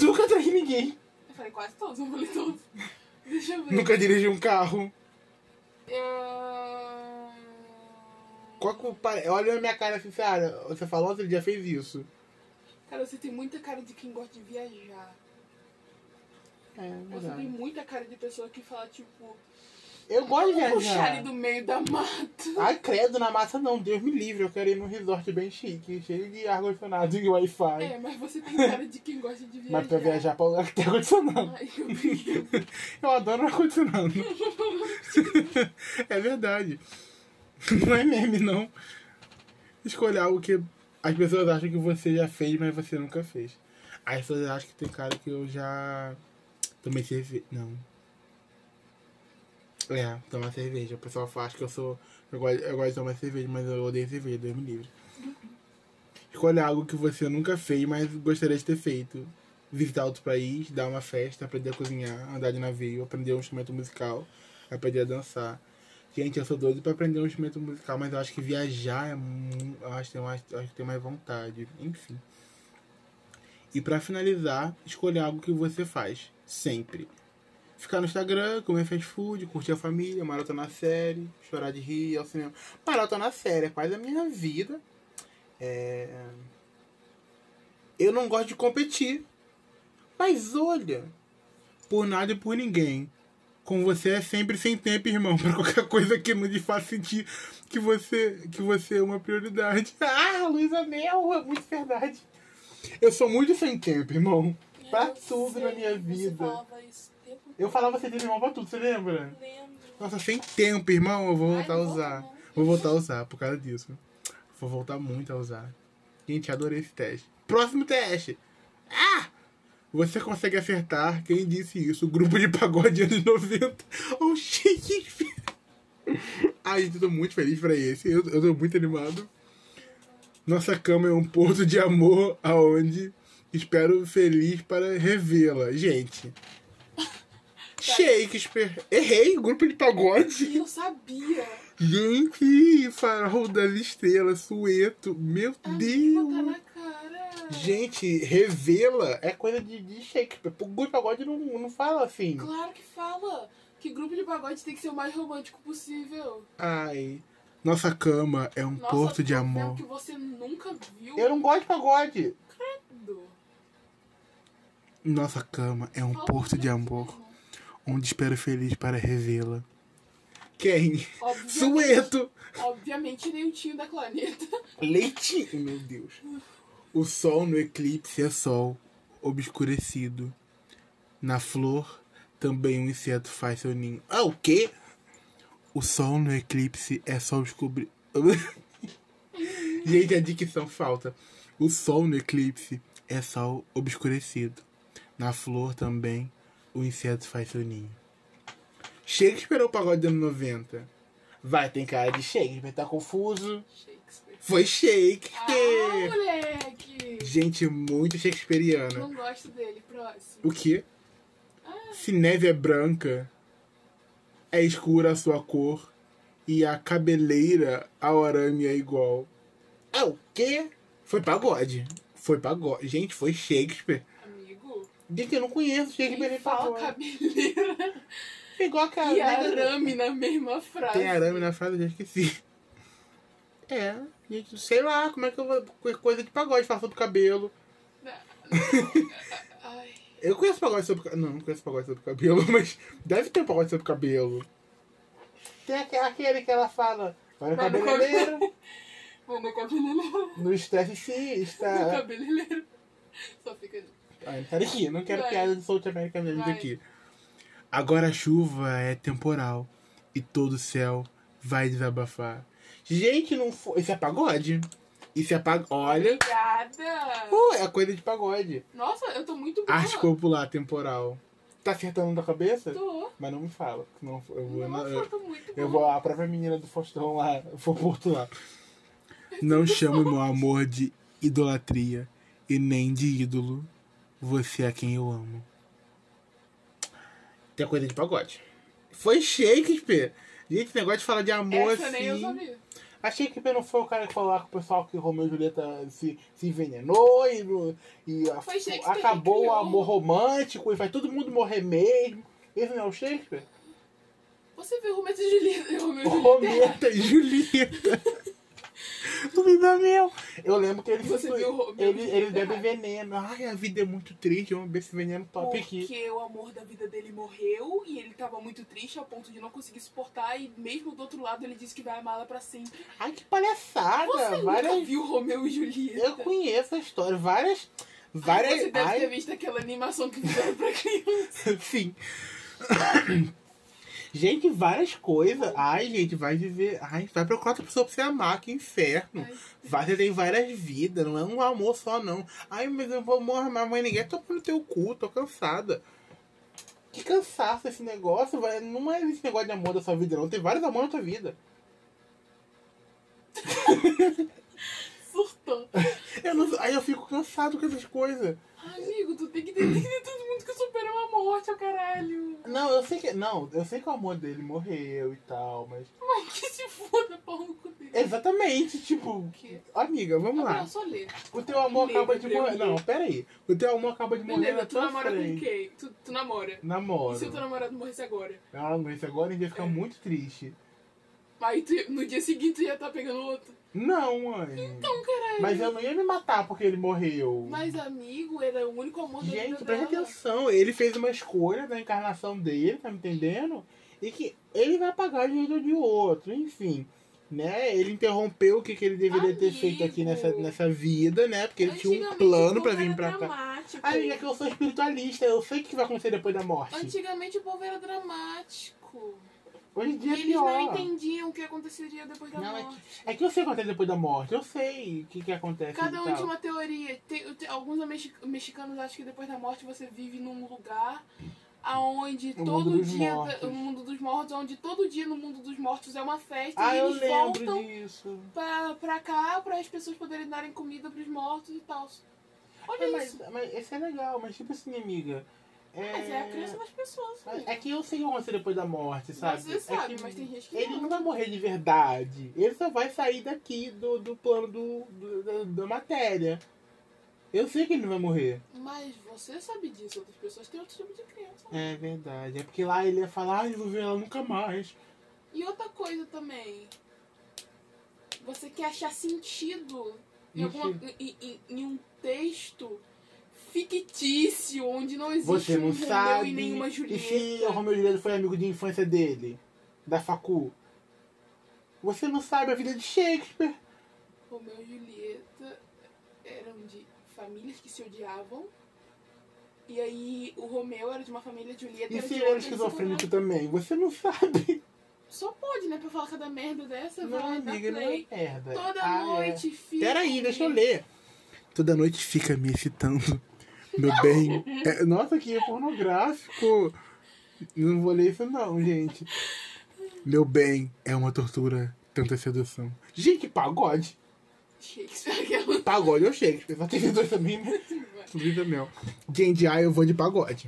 Speaker 1: Nunca traí ninguém.
Speaker 4: Eu falei quase todos, <laughs> não falei todos. Deixa eu ver. É,
Speaker 1: Nunca dirigi um carro.
Speaker 4: Ah,
Speaker 1: Qual que o pare- Olha a minha cara assim, cara, você falou outro dia fez isso.
Speaker 4: Cara, você tem muita cara de quem gosta de viajar.
Speaker 1: É,
Speaker 4: Você tem muita cara de pessoa que fala, tipo,
Speaker 1: Eu gosto de viajar.
Speaker 4: puxar ele do meio da mata.
Speaker 1: Ai, credo, na massa não, Deus me livre, eu quero ir num resort bem chique, cheio de ar-condicionado e wi-fi.
Speaker 4: É, mas você tem cara de quem gosta de viajar.
Speaker 1: Mas pra viajar pra lugar que tem ar-condicionado.
Speaker 4: <laughs> Ai, eu brinco.
Speaker 1: Eu adoro ar-condicionado. é verdade. Não é meme, não. Escolher algo que as pessoas acham que você já fez, mas você nunca fez. As pessoas acham que tem cara que eu já tomei cerveja. Não. É, tomar cerveja. O pessoal acha que eu sou. Eu gosto, eu gosto de tomar cerveja, mas eu odeio cerveja, Deus me livre. Escolha algo que você nunca fez, mas gostaria de ter feito. Visitar outro país, dar uma festa, aprender a cozinhar, andar de navio, aprender um instrumento musical, aprender a dançar. Gente, eu sou doido pra aprender um instrumento musical, mas eu acho que viajar é muito. Eu acho que tem mais, eu acho que tem mais vontade. Enfim. E pra finalizar, escolher algo que você faz. Sempre. Ficar no Instagram, comer fast food, curtir a família, maratonar série, chorar de rir, ir ao cinema. Maratonar série é quase a minha vida. É, Eu não gosto de competir. Mas olha, por nada e por ninguém. Com você é sempre sem tempo, irmão. <laughs> Pra qualquer coisa que não te faça sentir que você, que você é uma prioridade. <laughs> Ah, Luísa Mel, é muito verdade. Eu sou muito sem tempo, irmão. <laughs> Pra
Speaker 4: Eu
Speaker 1: tudo na
Speaker 4: sei,
Speaker 1: minha
Speaker 4: você
Speaker 1: vida.
Speaker 4: falava isso o tempo
Speaker 1: Eu falava sem tempo, irmão, pra tudo, você lembra?
Speaker 4: todo, lembro.
Speaker 1: Nossa, sem tempo, irmão. Eu vou
Speaker 4: Ai,
Speaker 1: voltar a
Speaker 4: volta,
Speaker 1: usar.
Speaker 4: não.
Speaker 1: Vou voltar a usar por causa disso. Vou voltar muito a usar. Gente, adorei esse teste. Próximo teste. Ah! Você consegue acertar quem disse isso? O grupo de pagode anos 90 ou Shakespeare? Ai, gente, eu tô muito feliz pra esse. Eu, eu tô muito animado. Nossa cama é um porto de amor aonde espero feliz para revê-la. Gente. Shakespeare. Errei, grupo de pagode.
Speaker 4: E eu sabia.
Speaker 1: Gente, farol das estrelas, sueto, meu
Speaker 4: A menina tá
Speaker 1: Deus.
Speaker 4: na cara.
Speaker 1: Gente, revela é coisa de, de Shakespeare. O Good Pagode não, não fala assim.
Speaker 4: Claro que fala. Que grupo de pagode tem que ser o mais romântico possível.
Speaker 1: Ai, nossa cama é um
Speaker 4: Nossa,
Speaker 1: porto de
Speaker 4: é o
Speaker 1: amor.
Speaker 4: que você nunca viu. Um
Speaker 1: Eu não gosto de pagode.
Speaker 4: Do-
Speaker 1: Nossa cama é um
Speaker 4: Fala
Speaker 1: porto de
Speaker 4: pra
Speaker 1: amor,
Speaker 4: mim.
Speaker 1: onde espero feliz para revê-la. Quem?
Speaker 4: Obviamente,
Speaker 1: Sueto.
Speaker 4: Obviamente, nem o tio da Planeta.
Speaker 1: Leitinho, meu Deus. O sol no eclipse é sol, obscurecido. Na flor, também um inseto faz seu ninho. Ah, o quê? O sol no eclipse é sol obscure... <laughs> Gente, a dicção falta. O sol no eclipse é sol obscurecido. Na flor, também, o inseto faz seu ninho. Shakespeare ou pagode do ano 90? Vai, tem cara de Shakespeare, tá confuso.
Speaker 4: Shakespeare.
Speaker 1: Foi
Speaker 4: Ah,
Speaker 1: Shakespeare!
Speaker 4: moleque!
Speaker 1: Gente, muito shakespeariana.
Speaker 4: Não gosto dele, próximo.
Speaker 1: O quê? Se neve é branca, é escura a sua cor, e a cabeleira ao arame é igual. É o quê? Foi pagode. Foi pagode. Gente, foi Shakespeare.
Speaker 4: Amigo,
Speaker 1: Gente, eu não conheço Shakespeare
Speaker 4: ele
Speaker 1: nem
Speaker 4: fala
Speaker 1: pagode.
Speaker 4: cabeleira
Speaker 1: Pegou a cara.
Speaker 4: <laughs>
Speaker 1: né,
Speaker 4: e arame na mesma frase.
Speaker 1: Tem arame na frase, eu já esqueci. É, gente, sei lá, como é que eu vou. Coisa de pagode, falar sobre cabelo.
Speaker 4: Ai,
Speaker 1: Eu conheço pagode sobre cabelo. Não, não conheço pagode sobre cabelo, <laughs> mas deve ter um pagode sobre cabelo. Tem aque- aquele que ela fala. Vai no
Speaker 4: Vai no
Speaker 1: cabeleireiro,
Speaker 4: vou no cabeleireiro.
Speaker 1: é no estresse
Speaker 4: No
Speaker 1: está.
Speaker 4: cabeleireiro. Só fica...
Speaker 1: Ah, não quero aqui, não quero
Speaker 4: Vai.
Speaker 1: piada de South America Games
Speaker 4: Vai.
Speaker 1: aqui. Agora a chuva é temporal e todo o céu vai desabafar. Gente, não foi. Isso é pagode? Isso é pagode. Olha.
Speaker 4: Obrigada!
Speaker 1: Pô, é coisa de pagode.
Speaker 4: Nossa, eu tô muito boa.
Speaker 1: Arte popular temporal. Tá acertando da cabeça?
Speaker 4: Tô.
Speaker 1: Mas não me fala, senão eu vou.
Speaker 4: Nossa,
Speaker 1: eu-
Speaker 4: eu tô muito boa.
Speaker 1: Eu vou, a própria menina do Faustão lá, vou portular. Não chame meu amor de idolatria e nem de ídolo. Você é quem eu amo. Tem coisa de pagode. Foi Shakespeare. Gente, esse negócio de falar de amor
Speaker 4: Essa nem eu
Speaker 1: assim.
Speaker 4: sabia.
Speaker 1: A Shakespeare não foi o cara que falou lá com o pessoal que Romeu e Julieta se, se envenenou e, no- e a-
Speaker 4: Foi Shakespeare que
Speaker 1: acabou o
Speaker 4: criou.
Speaker 1: amor romântico e faz todo mundo morrer mesmo. Esse não é o Shakespeare?
Speaker 4: Você viu Romeu e Julieta? Romeu e Julieta.
Speaker 1: Rometa e Julieta. <laughs> Vida meu. Eu lembro que ele
Speaker 4: Você
Speaker 1: foi-
Speaker 4: viu o Romeu e
Speaker 1: ele, ele
Speaker 4: Julieta?
Speaker 1: bebe veneno. Ai, a vida é muito triste. Vamos beber esse veneno <laughs> top aqui.
Speaker 4: Porque o amor da vida dele morreu e ele tava muito triste ao ponto de não conseguir suportar. E mesmo do outro lado, ele disse que vai amá-la pra sempre.
Speaker 1: Ai, que palhaçada.
Speaker 4: Você é
Speaker 1: várias...
Speaker 4: nunca viu Romeu e Julieta?
Speaker 1: Eu conheço a história. Várias.
Speaker 4: Ai,
Speaker 1: Várias.
Speaker 4: Você deve
Speaker 1: ai,
Speaker 4: ter visto aquela animação que fizeram
Speaker 1: <laughs>
Speaker 4: pra criança.
Speaker 1: Sim. Gente, várias coisas. Ai, gente, vai viver. Ai, vai procurar outra pessoa pra você amar, que inferno.
Speaker 4: Ai.
Speaker 1: Vai, você tem várias vidas, não é um amor só, não. Ai, mas eu vou amar minha mãe, ninguém tá no teu cu, tô cansada. Que cansaço esse negócio, vai. Não é esse negócio de amor da sua vida, não. Tem vários amores na tua vida.
Speaker 4: Surtou.
Speaker 1: Eu não- Aí eu fico cansado com essas coisas.
Speaker 4: Ai, Amigo, tu tem que entender todo mundo que superou a morte, ao caralho.
Speaker 1: Não, eu sei que. Não, eu sei que o amor dele morreu e tal, mas.
Speaker 4: Ai, que se foda, pau no cu dele.
Speaker 1: Exatamente, tipo.
Speaker 4: Que-
Speaker 1: Amiga, vamos lá.
Speaker 4: Agora, só ler.
Speaker 1: O teu amor
Speaker 4: Livre,
Speaker 1: acaba de morrer.
Speaker 4: livre.
Speaker 1: Não, peraí. O teu amor acaba de morrer na
Speaker 4: Beleza, tu
Speaker 1: tua
Speaker 4: namora com
Speaker 1: frente.
Speaker 4: quem? Tu, tu namora. E se o teu
Speaker 1: Namoro.
Speaker 4: namorado morresse agora?
Speaker 1: Ah, mas agora a gente vai
Speaker 4: É.
Speaker 1: ficar muito triste.
Speaker 4: Aí tu, ia- no dia seguinte tu ia estar pegando outro.
Speaker 1: Não, mãe.
Speaker 4: Então, caralho.
Speaker 1: Mas eu não ia me matar porque ele morreu.
Speaker 4: Mas amigo, era o único amor da
Speaker 1: Gente,
Speaker 4: vida
Speaker 1: presta
Speaker 4: dela.
Speaker 1: atenção. Ele fez uma escolha da encarnação dele, tá me entendendo? E que ele vai pagar de jeito de outro, enfim. Né? Ele interrompeu o que, que ele deveria ter
Speaker 4: Amigo.
Speaker 1: feito aqui nessa, nessa vida, né? Porque ele tinha um
Speaker 4: Antigamente,
Speaker 1: plano
Speaker 4: o
Speaker 1: pra
Speaker 4: povo
Speaker 1: vir
Speaker 4: era
Speaker 1: pra cá.
Speaker 4: dramático.
Speaker 1: Ai, é que eu sou espiritualista, eu sei o que vai acontecer depois da morte.
Speaker 4: Antigamente o povo era dramático.
Speaker 1: Hoje em
Speaker 4: E
Speaker 1: dia é
Speaker 4: eles
Speaker 1: pior.
Speaker 4: não entendiam o que aconteceria depois da
Speaker 1: Não, é
Speaker 4: morte.
Speaker 1: É que é eu sei o que acontece depois da morte, eu sei o que, que acontece. e
Speaker 4: Cada um
Speaker 1: tal.
Speaker 4: tinha uma teoria. Tem- tem- alguns mexi- mexicanos acham que depois da morte você vive num lugar aonde
Speaker 1: O mundo
Speaker 4: todo
Speaker 1: dos
Speaker 4: dia.
Speaker 1: mortos.
Speaker 4: O mundo dos mortos, onde todo dia no mundo dos mortos é uma festa
Speaker 1: Ah,
Speaker 4: e
Speaker 1: eu
Speaker 4: eles
Speaker 1: lembro
Speaker 4: voltam
Speaker 1: disso.
Speaker 4: pra, pra cá pra as pessoas poderem darem comida pros mortos e tal. Olha
Speaker 1: É,
Speaker 4: isso.
Speaker 1: mas, mas esse é legal, mas tipo assim, amiga. É...
Speaker 4: Mas é a crença das pessoas.
Speaker 1: Mas
Speaker 4: amigo.
Speaker 1: É que eu sei o que vai acontecer depois da morte, sabe?
Speaker 4: Você sabe,
Speaker 1: é que
Speaker 4: mas tem gente que
Speaker 1: Ele
Speaker 4: não.
Speaker 1: não vai morrer de verdade. Ele só vai sair daqui do, do plano do, do- da, da matéria. Eu sei que ele não vai morrer.
Speaker 4: Mas você sabe disso, outras pessoas têm outro tipo de crença.
Speaker 1: É verdade. É porque lá ele ia falar, ai, eu vou ver ela nunca mais.
Speaker 4: E outra coisa também. Você quer achar sentido em,
Speaker 1: No
Speaker 4: alguma, em, em- em um texto fictício, onde não existe
Speaker 1: Você
Speaker 4: um
Speaker 1: não
Speaker 4: Romeu
Speaker 1: sabe.
Speaker 4: e nenhuma
Speaker 1: E se
Speaker 4: Julieta.
Speaker 1: o Romeu e Julieta foi amigo de infância dele? Da facu? Você não sabe a vida de Shakespeare.
Speaker 4: Romeu e Julieta eram de famílias que se odiavam. E aí o Romeu era de uma família, a Julieta
Speaker 1: E
Speaker 4: era
Speaker 1: se
Speaker 4: de
Speaker 1: ele era
Speaker 4: outra. eles se
Speaker 1: esquizofrênico também? Você não sabe.
Speaker 4: tornaram- Só pode, né? Pra falar cada merda dessa, vai
Speaker 1: Não,
Speaker 4: lá e dá
Speaker 1: amiga, não
Speaker 4: play.
Speaker 1: é merda.
Speaker 4: Toda
Speaker 1: Ah, é.
Speaker 4: noite fica.
Speaker 1: Peraí, deixa eu
Speaker 4: me
Speaker 1: ler. Toda noite fica me excitando. <laughs> Meu bem. É, nossa, que pornográfico. Não vou ler isso não, gente. Meu bem, é uma tortura tanta sedução. Gente, que pagode.
Speaker 4: Shakespeare, é aquela.
Speaker 1: Pagode eu chego, só teve dois também,
Speaker 4: <laughs>
Speaker 1: né? Vida meu. Gente, ah, eu vou de pagode.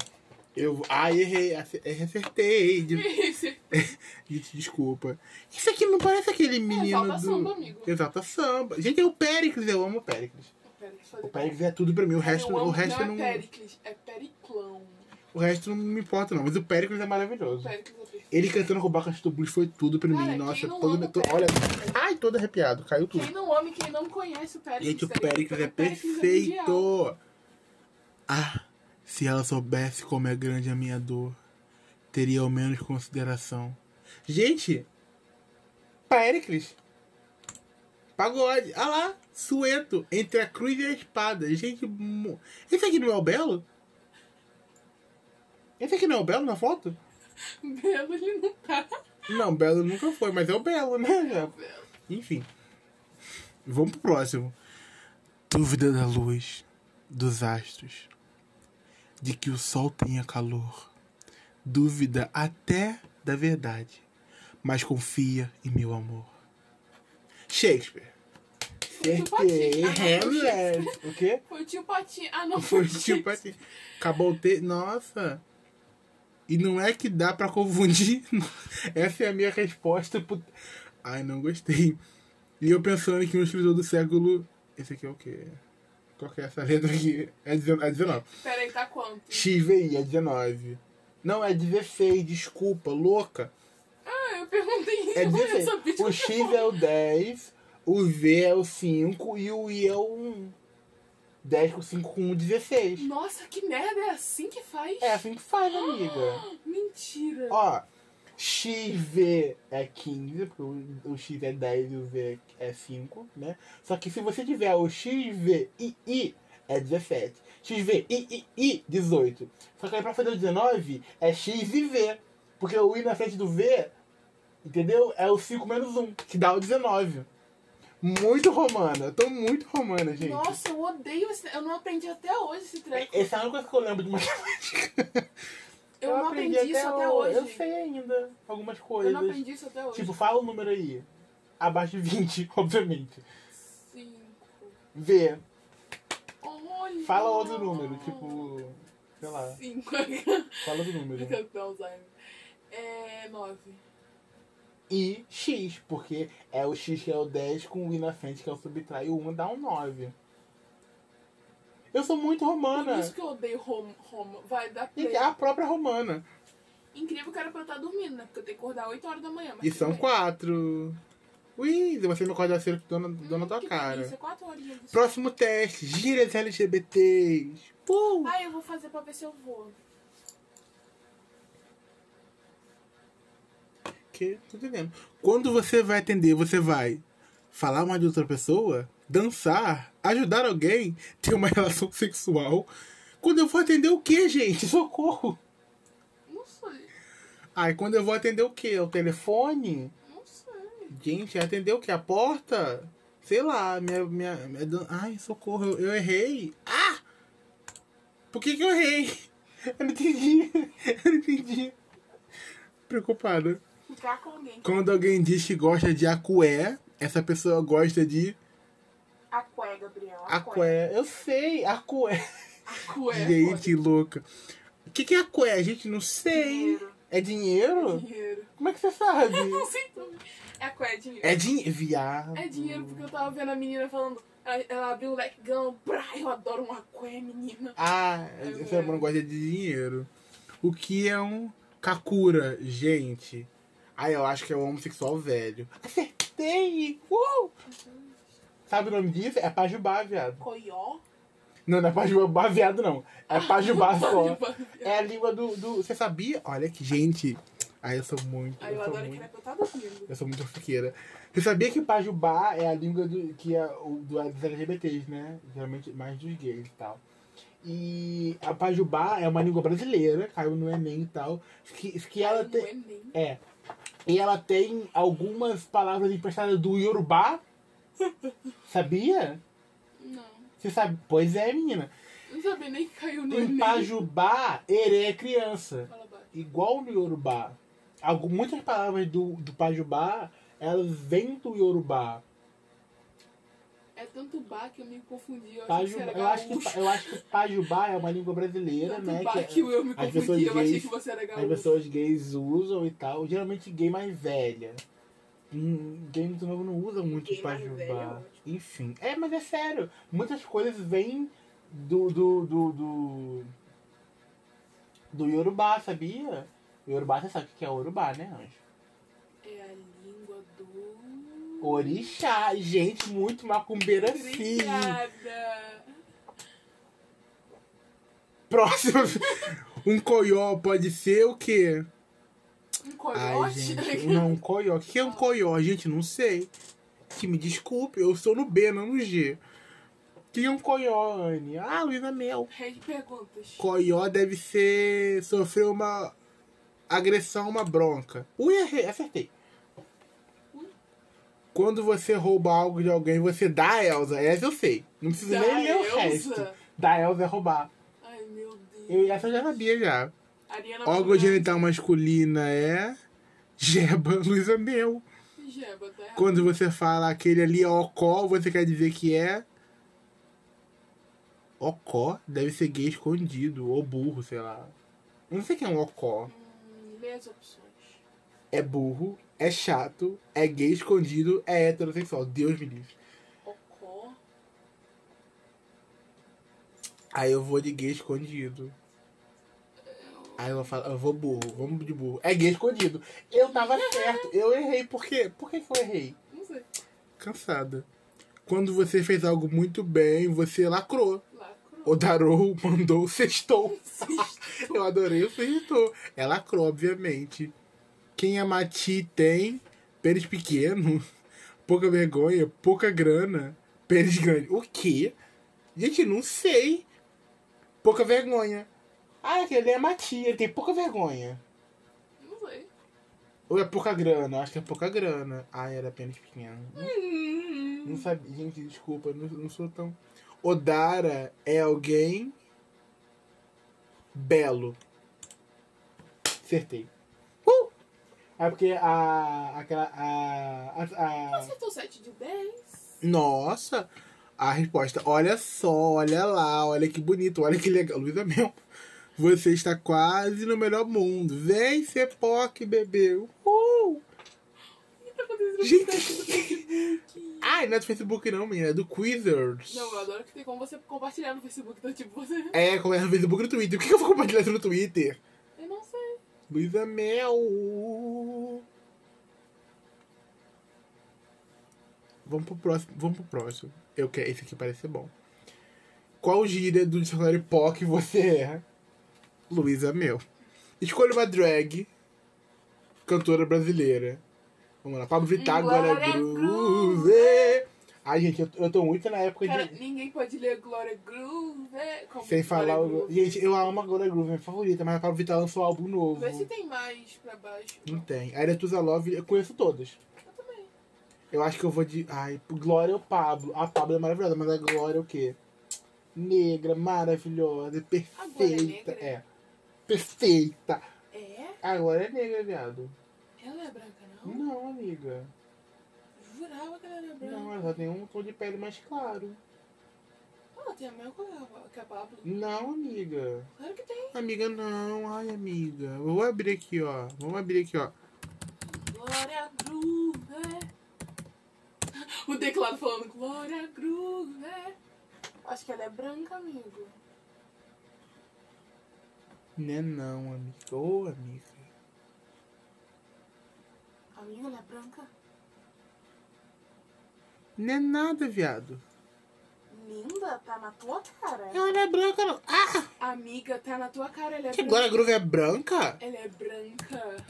Speaker 1: Eu, ah, errei, ace- acertei. de-
Speaker 4: Esse-
Speaker 1: de- desculpa. Isso aqui não parece aquele menino
Speaker 4: É, Exalta
Speaker 1: do.
Speaker 4: Samba, amigo.
Speaker 1: Exalta samba. Gente, é o Péricles, eu amo o Péricles.
Speaker 4: Péricles
Speaker 1: O
Speaker 4: fazer-
Speaker 1: Péricles é tudo pra mim, o resto,
Speaker 4: Eu amo-
Speaker 1: o resto
Speaker 4: não,
Speaker 1: não,
Speaker 4: é Péricles, é Periclão.
Speaker 1: o resto não me importa, não. Mas o Péricles é maravilhoso.
Speaker 4: Péricles é perfeito.
Speaker 1: Ele cantando com o Bacas do Blues foi tudo pra
Speaker 4: Cara,
Speaker 1: mim. Nossa,
Speaker 4: quem não
Speaker 1: todo,
Speaker 4: ama o
Speaker 1: todo- olha.
Speaker 4: Péricles?
Speaker 1: Ai, todo arrepiado, caiu tudo.
Speaker 4: Quem não ama e quem não conhece o Péricles.
Speaker 1: Gente, o
Speaker 4: tá ligado?
Speaker 1: Péricles é
Speaker 4: Péricles mundial.
Speaker 1: perfeito. Ah, se ela soubesse como é grande a minha dor, teria ao menos consideração. Gente, Péricles. Pagode. Ah lá, Sueto, entre a cruz e a espada. Gente, mu- esse aqui não é o Belo? Esse aqui não é o Belo na foto?
Speaker 4: <laughs> Belo, ele não tá.
Speaker 1: Não, Belo nunca foi, mas é o Belo, né? já? Enfim. Vamos pro próximo. Dúvida da luz, dos astros, de que o sol tenha calor. Dúvida até da verdade, mas confia em meu amor. Shakespeare. É,
Speaker 4: Tio Patinho. Ah, não, foi o
Speaker 1: Hamlet. O quê?
Speaker 4: Foi o tio Patinho. Ah, não.
Speaker 1: Foi
Speaker 4: Shakespeare.
Speaker 1: tipo assim. Acabou o te... Nossa! E não é que dá pra confundir. <laughs> Essa é a minha resposta. Pro... Ai, não gostei. E eu pensando que um escritor do século. Esse aqui é o quê? Qual que é essa letra aqui? É 19.
Speaker 4: Peraí, tá quanto?
Speaker 1: XVI, é 19. Não, é de ver feio, desculpa, louca.
Speaker 4: Ah, eu perguntei isso.
Speaker 1: É de
Speaker 4: eu
Speaker 1: ver
Speaker 4: sabia de
Speaker 1: feio. O
Speaker 4: qualquer
Speaker 1: X
Speaker 4: forma.
Speaker 1: é o 10, o V é o 5 e o I é o 1. 10 com 5 com 1, 16.
Speaker 4: <laughs> Nossa, que merda, é assim que faz?
Speaker 1: É assim que faz, amiga.
Speaker 4: Mentira.
Speaker 1: Ó, XV é 15, porque o- o X é 10 e o V é 5, né? Só que se você tiver o XV e I, é 17. XV e I, I, 18. Só que aí pra fazer o 19, é X e V. Porque o I na frente do V, entendeu? É o 5 menos 1, que dá o 19. Muito romana, eu tô muito romana, gente.
Speaker 4: Nossa, eu odeio esse. Eu não aprendi até hoje esse treco.
Speaker 1: Essa é a única coisa que eu lembro de matemática.
Speaker 4: Eu,
Speaker 1: <laughs>
Speaker 4: não aprendi, isso até
Speaker 1: o-
Speaker 4: hoje.
Speaker 1: Eu sei ainda algumas
Speaker 4: Eu
Speaker 1: coisas.
Speaker 4: não aprendi isso até hoje.
Speaker 1: Tipo, fala o número aí. Abaixo de 20, <laughs> obviamente.
Speaker 4: Cinco.
Speaker 1: V.
Speaker 4: Olha.
Speaker 1: Fala outro número, tipo. Sei lá,
Speaker 4: Cinco. <laughs>
Speaker 1: fala outro número.
Speaker 4: Fica com Alzheimer. É. Nove.
Speaker 1: E X, porque é o X que é o 10 com o I na frente, que é o subtrai o 1, dá um 9. Eu sou muito romana.
Speaker 4: Por isso que eu odeio Roma. Roma. Vai dar play.
Speaker 1: Gente, é a própria romana.
Speaker 4: Incrível que era pra eu estar dormindo, né? Porque eu tenho que acordar 8 horas da manhã. Mas
Speaker 1: E
Speaker 4: tudo
Speaker 1: são
Speaker 4: bem.
Speaker 1: quatro. Ui, você não acorda cedo que dona, dona tua
Speaker 4: Hum, que
Speaker 1: cara.
Speaker 4: Delícia, 4 horas de sono.
Speaker 1: Próximo teste, gírias LGBTs. Pô!
Speaker 4: Ah, eu vou fazer pra ver se eu vou.
Speaker 1: Que tô entendendo. Quando você vai atender, você vai falar mal de outra pessoa, dançar, ajudar alguém, ter uma <laughs> relação sexual. Quando eu vou atender o que, gente? Socorro!
Speaker 4: Não sei.
Speaker 1: Ai, quando eu vou atender o que? O telefone?
Speaker 4: Não sei.
Speaker 1: Gente, atender o que? A porta? Sei lá, minha. minha, minha dan- Ai, socorro, eu, eu errei. Ah! Por que, que eu errei? <laughs> Eu não entendi. <laughs> Eu não entendi. Preocupada.
Speaker 4: Ficar com alguém.
Speaker 1: Quando alguém diz que gosta de acué, essa pessoa gosta de
Speaker 4: Aqué, Gabriel.
Speaker 1: acué. Eu sei, acué.
Speaker 4: Aqué.
Speaker 1: gente, louca. O que, que é acué? Gente, não sei.
Speaker 4: Dinheiro.
Speaker 1: É dinheiro?
Speaker 4: Dinheiro.
Speaker 1: Como é que você
Speaker 4: <laughs>
Speaker 1: sabe?
Speaker 4: Não sei também. É aqué, é dinheiro.
Speaker 1: é dinheiro. Viado.
Speaker 4: É dinheiro porque eu tava vendo a menina falando. Ela, ela abriu o leque gão. Brá, eu adoro um aqué, menina.
Speaker 1: Ah,
Speaker 4: É
Speaker 1: essa não gosta de dinheiro. O que é um kakura, gente? Ah, eu acho que é um homossexual velho. Acertei! Uh! Sabe o nome disso? É pajubá, viado.
Speaker 4: Coió.
Speaker 1: Não, não é pajubá, viado, não.
Speaker 4: <laughs>
Speaker 1: É pajubá só.
Speaker 4: Pajubá.
Speaker 1: É a língua do. do- Você sabia? Olha que, gente. Ai, eu sou muito.
Speaker 4: Aí
Speaker 1: eu,
Speaker 4: eu
Speaker 1: sou
Speaker 4: adoro que
Speaker 1: muito
Speaker 4: ela tá dormindo.
Speaker 1: eu sou muito fofoqueira. Você sabia que Pajubá é a língua do, que é o, do, dos LGBTs, né? Geralmente mais dos gays e tal. E a Pajubá é uma língua brasileira, caiu no Enem e tal. Que, que ela
Speaker 4: Não
Speaker 1: tem.
Speaker 4: é nem.
Speaker 1: É. E ela tem algumas palavras emprestadas do Yorubá. Sabia?
Speaker 4: Não.
Speaker 1: Você sabe? Pois é, menina.
Speaker 4: Não sabia nem que caiu no
Speaker 1: Em
Speaker 4: Enem.
Speaker 1: Pajubá, erê é criança.
Speaker 4: Fala baixo.
Speaker 1: igual no Yorubá. Algu- muitas palavras do, do Pajubá, elas vêm do Yorubá.
Speaker 4: É tanto bar que eu me confundi. Eu achei que
Speaker 1: Pajubá,
Speaker 4: você era
Speaker 1: eu, acho que,
Speaker 4: gaúcho.
Speaker 1: eu acho que Pajubá é uma língua brasileira,
Speaker 4: Tanto
Speaker 1: né?
Speaker 4: bar
Speaker 1: Que
Speaker 4: que eu me
Speaker 1: as pessoas
Speaker 4: confundi. Eu achei
Speaker 1: gays-
Speaker 4: que você era
Speaker 1: as
Speaker 4: gaúcho.
Speaker 1: pessoas gays usam e tal. Geralmente gay mais velha. Hum, Gay muito novo não usa muito
Speaker 4: Gay mais velho é
Speaker 1: Pajubá.
Speaker 4: ótimo.
Speaker 1: Enfim. É, mas é sério. Muitas coisas vêm do. do. do. do, do Yorubá, sabia? Yorubá, você sabe o que é Yorubá, né, Anjo?
Speaker 4: É a língua do.
Speaker 1: Orixá, gente, muito macumbeira sim.
Speaker 4: Obrigada.
Speaker 1: Próximo. Um coió pode ser o quê?
Speaker 4: Um
Speaker 1: Ai,
Speaker 4: coiote. <laughs>
Speaker 1: gente, não, um coió. O que é um coió? Gente, não sei. Que me desculpe, eu sou no B, não no G. O que é um coió, Anne? Ah, Luísa Mel.
Speaker 4: Rei de perguntas.
Speaker 1: Coió deve ser. sofrer uma agressão, uma bronca. Ui, errei, acertei. Quando você rouba algo de alguém, você dá a Elsa. Essa eu sei. Não preciso
Speaker 4: Da
Speaker 1: nem ler o
Speaker 4: Elsa.
Speaker 1: resto. Da Elsa é roubar.
Speaker 4: Ai, meu Deus.
Speaker 1: Eu, essa eu já sabia já.
Speaker 4: Ariana
Speaker 1: Órgão
Speaker 4: Grande.
Speaker 1: genital masculina é. Jeba, é Luísa Mel.
Speaker 4: Jeba, tá errado.
Speaker 1: Quando você fala aquele ali é Ocó, você quer dizer que é. Ocó deve ser gay escondido, ou burro, sei lá. Eu não sei quem é um Ocó.
Speaker 4: Hum, lê as opções.
Speaker 1: É burro, é chato, é gay escondido, é heterossexual. Deus me livre.
Speaker 4: Ocó.
Speaker 1: Aí eu vou de gay escondido.
Speaker 4: Eu
Speaker 1: Aí eu vou falar, eu vou burro, vamos de burro. É gay escondido. Eu tava certo, eu errei. Por quê? Por que, que eu errei?
Speaker 4: Não sei.
Speaker 1: Cansada. Quando você fez algo muito bem, você lacrou.
Speaker 4: Lacro.
Speaker 1: Odarou mandou sextou. <laughs> eu adorei o sextou. É lacrou, obviamente. Quem a Mati tem, pênis pequeno, pouca vergonha, pouca grana, pênis grande. O quê? Gente, não sei. Pouca vergonha. Ah, aquele é Mati, ele tem pouca vergonha.
Speaker 4: Não sei.
Speaker 1: Ou é pouca grana? Acho que é pouca grana. Ah, era pênis pequeno. Não sabia. Gente, desculpa, não, não sou tão. Odara é alguém. Belo. Acertei. Uh! É porque a. aquela. A, a, a-
Speaker 4: Acertou 7 de 10.
Speaker 1: Nossa! A resposta. Olha só, olha lá, olha que bonito, olha que legal. Luísa mesmo. Você está quase no melhor mundo. Vem ser POC, bebê. Uh!
Speaker 4: O que tá acontecendo com
Speaker 1: Gente.
Speaker 4: o teste do Facebook?
Speaker 1: Ai, não é do Facebook não, menina. É do Quizards.
Speaker 4: Não, eu adoro que tem como você compartilhar no Facebook. Então, tipo, você.
Speaker 1: É, como é no Facebook e no Twitter. Por que eu vou compartilhar isso no Twitter?
Speaker 4: Eu não sei.
Speaker 1: Luísa Mel. Vamos pro próximo. Vamos pro próximo. Eu quero. Esse aqui parece ser bom. Qual gíria do dicionário POC você é? Luísa Mel. Escolha uma drag. Cantora brasileira. Vamos lá. Pablo Vittar,
Speaker 4: Glória
Speaker 1: Glória
Speaker 4: Groove.
Speaker 1: Groove. Ai, gente, eu, eu tô muito na época
Speaker 4: Cara,
Speaker 1: de.
Speaker 4: ninguém pode ler Glória Groove. como
Speaker 1: é. Sem
Speaker 4: Glória
Speaker 1: falar o.
Speaker 4: Groove.
Speaker 1: Gente, eu amo a Glória Groove, é minha favorita, mas a Pablo Vittar lançou um álbum novo.
Speaker 4: Vê se tem mais pra baixo.
Speaker 1: Não tem. A Aretusa Love, eu conheço todas.
Speaker 4: Eu também.
Speaker 1: Eu acho que eu vou de. Ai, Glória ou Pablo. A Pablo é maravilhosa, mas a Glória é o quê? Negra, maravilhosa,
Speaker 4: A Glória é
Speaker 1: perfeita.
Speaker 4: negra?
Speaker 1: É. Perfeita.
Speaker 4: É?
Speaker 1: A Glória é negra, viado.
Speaker 4: Ela é branca, não?
Speaker 1: Não, amiga.
Speaker 4: Jurava que ela era branca.
Speaker 1: Não, ela só tem um tom de pele mais claro.
Speaker 4: Ela Ah, tem a mesma cor que a- que a Pablo.
Speaker 1: Não, amiga.
Speaker 4: Claro que tem.
Speaker 1: Amiga, não. Ai, amiga. Vou abrir aqui, ó. Vamos abrir aqui, ó.
Speaker 4: Glória Groove. O teclado falando Glória Groove. Acho que ela é branca, amigo.
Speaker 1: Né, não, amiga. Ô, amiga.
Speaker 4: Amiga, ela é branca?
Speaker 1: Não é nada, viado.
Speaker 4: Linda, tá na tua cara.
Speaker 1: Ela não é branca, não. Ah!
Speaker 4: Amiga, tá na tua cara, ela é
Speaker 1: Que
Speaker 4: branca.
Speaker 1: Glória Groove é branca?
Speaker 4: Ela é branca.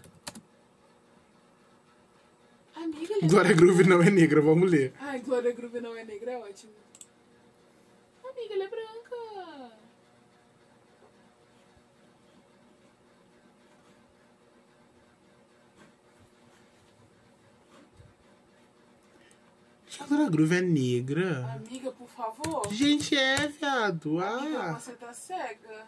Speaker 4: Amiga, ela é
Speaker 1: Glória
Speaker 4: branca.
Speaker 1: Groove não é negra, vamos ler.
Speaker 4: Ai, Glória Groove não é negra, é ótimo. Amiga, ela é branca.
Speaker 1: Acho que a Glória Groove é negra.
Speaker 4: Amiga, por favor.
Speaker 1: Gente, é, viado.
Speaker 4: Amiga,
Speaker 1: Ah,
Speaker 4: você tá cega.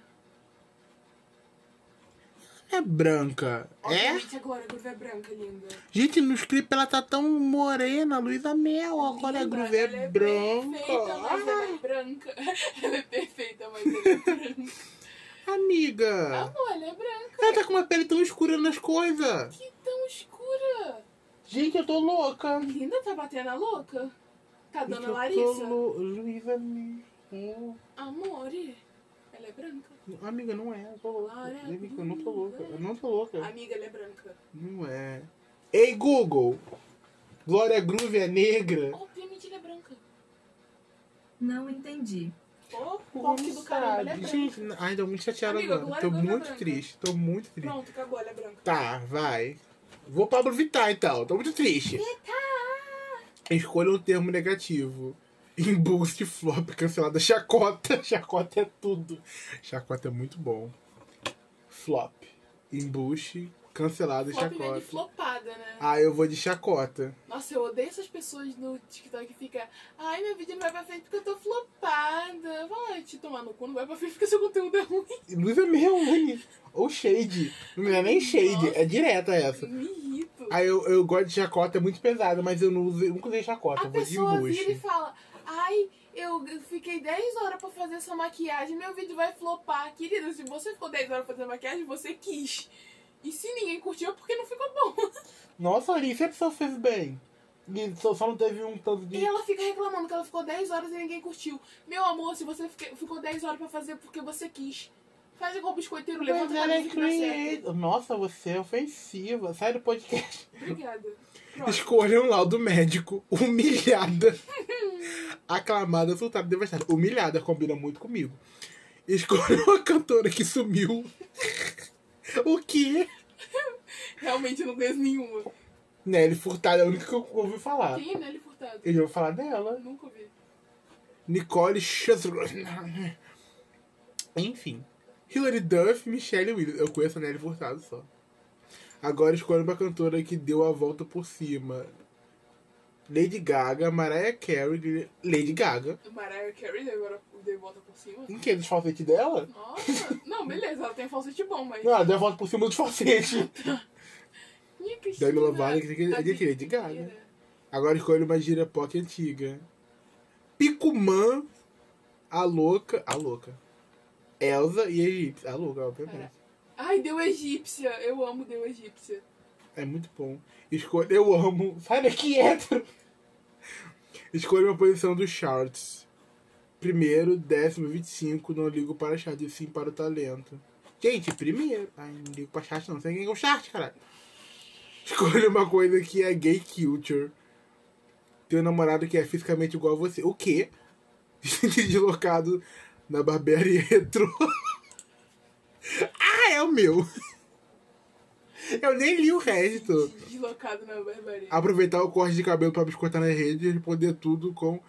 Speaker 1: é branca. É?
Speaker 4: Obviamente a Glória Groove é branca, linda.
Speaker 1: Gente, nos clipes ela tá tão morena, Luísa Mel. A Glória
Speaker 4: Linda,
Speaker 1: Groove
Speaker 4: ela
Speaker 1: é
Speaker 4: Perfeita, mas ela é
Speaker 1: branca.
Speaker 4: branca. <laughs> Ela é perfeita, mas ela é branca.
Speaker 1: Ah, amiga.
Speaker 4: Amor, ela é branca.
Speaker 1: Ela tá com uma pele tão escura nas coisas.
Speaker 4: Que tão escura.
Speaker 1: Gente, eu tô louca.
Speaker 4: Linda tá batendo a louca. Tá dando
Speaker 1: Gente, eu
Speaker 4: Larissa.
Speaker 1: tô lou- Luísa Mel.
Speaker 4: Amore, ela é branca.
Speaker 1: Amiga, não é. Eu tô louca.
Speaker 4: Glória
Speaker 1: Amiga, eu não tô
Speaker 4: Groove.
Speaker 1: louca. Eu não tô louca.
Speaker 4: Amiga, ela é branca.
Speaker 1: Não é. Ei, Google! Glória Groove é negra?
Speaker 4: Obviamente ela é branca.
Speaker 2: Não entendi.
Speaker 4: Ô,
Speaker 1: Como
Speaker 4: coque do caramba, ela é branca.
Speaker 1: Gente, n- ai, tô muito chateada
Speaker 4: Amiga,
Speaker 1: agora.
Speaker 4: Glória
Speaker 1: Tô
Speaker 4: Groove é
Speaker 1: muito
Speaker 4: branca.
Speaker 1: triste, tô muito triste.
Speaker 4: Pronto, cagou, ela é branca.
Speaker 1: Tá, vai. Vou Pablo Vittar então, tô muito triste. Escolha um termo negativo. Embuste, flop, cancelada, chacota. <laughs> Chacota é tudo. Chacota é muito bom. Flop, embuste, cancelada,
Speaker 4: Flop vem de
Speaker 1: chacota.
Speaker 4: flopada, né?
Speaker 1: Ah, eu vou de chacota.
Speaker 4: Nossa, eu odeio essas pessoas no TikTok que fica Ai, meu vídeo não vai pra frente porque eu tô flopada. Vai te tomar no cu, não vai pra frente porque seu conteúdo
Speaker 1: <laughs>
Speaker 4: é ruim.
Speaker 1: Luiz Meloni. Ou Shade. Não é nem Shade, é direta essa.
Speaker 4: Me irrito.
Speaker 1: Aí eu, eu gosto de chacota, é muito pesada, mas eu não usei, nunca usei chacota,
Speaker 4: A
Speaker 1: eu vou de
Speaker 4: pessoa vira e
Speaker 1: embuste.
Speaker 4: fala, ai, eu fiquei 10 horas pra fazer essa maquiagem, meu vídeo vai flopar. Querida, se você ficou 10 horas fazendo maquiagem, você quis. E se ninguém curtiu, é porque não ficou bom.
Speaker 1: Nossa, Alice, a pessoa fez bem. E só, só não teve um tanto de.
Speaker 4: E ela fica reclamando que ela ficou 10 horas e ninguém curtiu. Meu amor, se você fica- ficou 10 horas pra fazer porque você quis. Faz igual o biscoiteiro,
Speaker 1: Mas
Speaker 4: levanta a
Speaker 1: ela é
Speaker 4: camisa que dá certo.
Speaker 1: creative. Nossa, você é ofensiva. Sai do podcast.
Speaker 4: Obrigada. Pronto.
Speaker 1: Escolha um laudo médico. Humilhada. <laughs> Aclamada, insultada, devastada. Humilhada combina muito comigo. Escolha uma cantora que sumiu. <laughs> o quê?
Speaker 4: Realmente eu não conheço nenhuma.
Speaker 1: Nelly Furtado é a única que eu ouvi falar.
Speaker 4: Quem é Nelly Furtado?
Speaker 1: Eu já ouvi falar dela.
Speaker 4: Nunca vi.
Speaker 1: Nicole Chazelle. <laughs> Enfim. Hilary Duff, Michelle Williams. Eu conheço a Nelly Furtado só. Agora escolha uma cantora que deu a volta por cima. Lady Gaga, Mariah Carey, Gre- Lady Gaga.
Speaker 4: Mariah Carey né, agora deu volta por cima.
Speaker 1: Em que? Dos falsete dela?
Speaker 4: Nossa. Não, beleza, ela tem um falsete bom, mas.
Speaker 1: Não, ela deu a volta por cima dos falsete.
Speaker 4: Minha Cristina. tá
Speaker 1: Demi é Lovato, que- que-
Speaker 4: a
Speaker 1: que- que- de
Speaker 4: Cristina.
Speaker 1: Gaga. <laughs> né? Agora escolha uma girapoca antiga. Picumã, a louca. A louca. Elsa e Egípcia. A louca, obviamente.
Speaker 4: Ai, deu egípcia. Eu amo deu egípcia.
Speaker 1: É muito bom. Escolha. Eu amo. Sai daqui, hétero! Escolha uma posição dos charts. Primeiro, décimo, 25. Não ligo para chart, e sim para o talento. Gente, primeiro. Ai, não ligo para chart, não. Sei quem é o chart, caralho. Escolha uma coisa que é gay culture. Ter um namorado que é fisicamente igual a você. O quê? <laughs> Deslocado na barbearia retrô. <laughs> ah, é o meu. Eu nem li o resto
Speaker 4: Deslocado na barbaria.
Speaker 1: aproveitar o corte de cabelo pra biscoitar na rede e responder tudo com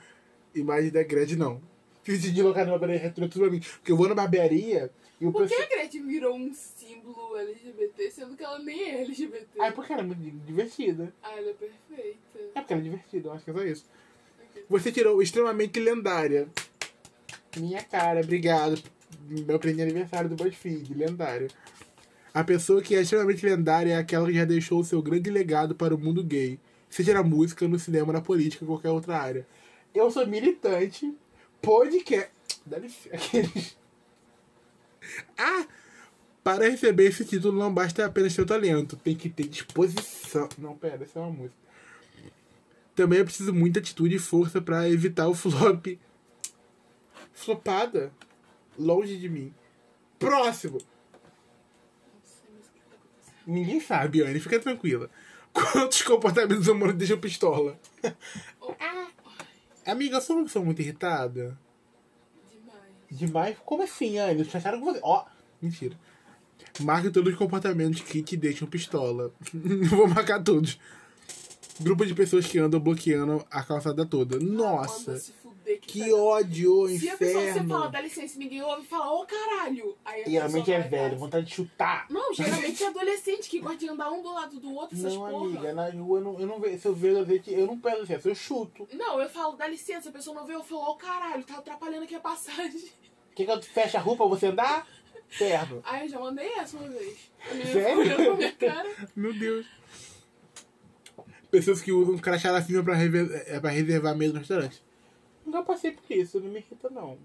Speaker 1: imagem da grade, não. Se de locar na barbearia retrô, tudo pra mim. Porque eu vou na barbearia e o
Speaker 4: Por que
Speaker 1: pessoal.
Speaker 4: a Gretchen virou um símbolo LGBT, sendo que ela nem é LGBT?
Speaker 1: Ah, é porque ela é muito divertida.
Speaker 4: Ah, ela é perfeita.
Speaker 1: É porque ela é divertida, eu acho que é só isso. Você tirou extremamente lendária. Minha cara, obrigado. Meu presente de aniversário do BuzzFeed, lendário. A pessoa que é extremamente lendária é aquela que já deixou o seu grande legado para o mundo gay. Seja na música, no cinema, na política, em qualquer outra área. Eu sou militante, podcast... Dá licença, aqueles... Ah! Para receber esse título não basta apenas ter o talento, tem que ter disposição. Não, pera, essa é uma música. Também é preciso muita atitude e força pra evitar o flop. Flopada? Longe de mim. Próximo!
Speaker 4: Não sei mais o que tá acontecendo.
Speaker 1: Ninguém sabe, Anne, fica tranquila. Quantos comportamentos humanos deixam pistola? Amiga, eu sou uma pessoa muito irritada.
Speaker 4: Demais.
Speaker 1: Demais? Como assim, Anne? Eles fecharam com você. Ó, mentira. Marque todos os comportamentos que te deixam pistola. <laughs> Vou marcar todos. Grupo de pessoas que andam bloqueando a calçada toda.
Speaker 4: Manda
Speaker 1: Nossa,
Speaker 4: se fuder que
Speaker 1: que
Speaker 4: tá-
Speaker 1: ódio,
Speaker 4: Se a pessoa você fala,
Speaker 1: inferno.
Speaker 4: dá licença, e ninguém ouve, fala, ô caralho. Aí a
Speaker 1: E Geralmente
Speaker 4: pessoa
Speaker 1: é
Speaker 4: vai
Speaker 1: velho,
Speaker 4: atrás.
Speaker 1: vontade de chutar. <laughs>
Speaker 4: Não, geralmente é adolescente que gosta de andar um do lado do outro, essas
Speaker 1: Não,
Speaker 4: porra.
Speaker 1: amiga, na rua eu não, eu não vejo. Se eu vejo azeite, eu não pego licença, eu chuto.
Speaker 4: Não, eu falo, dá licença, a pessoa não vê, eu falo, ô caralho, tá atrapalhando aqui a passagem. <laughs>
Speaker 1: Quer que eu feche a rua pra você andar? Perno.
Speaker 4: Aí eu já mandei essa uma vez. A menina
Speaker 1: Sério?
Speaker 4: <laughs> ficou olhando pra minha cara.
Speaker 1: Meu Deus. Pessoas que usam crachá da firma pra, rever- é, pra reservar mesa no restaurante. Nunca passei por isso, não me irrita não.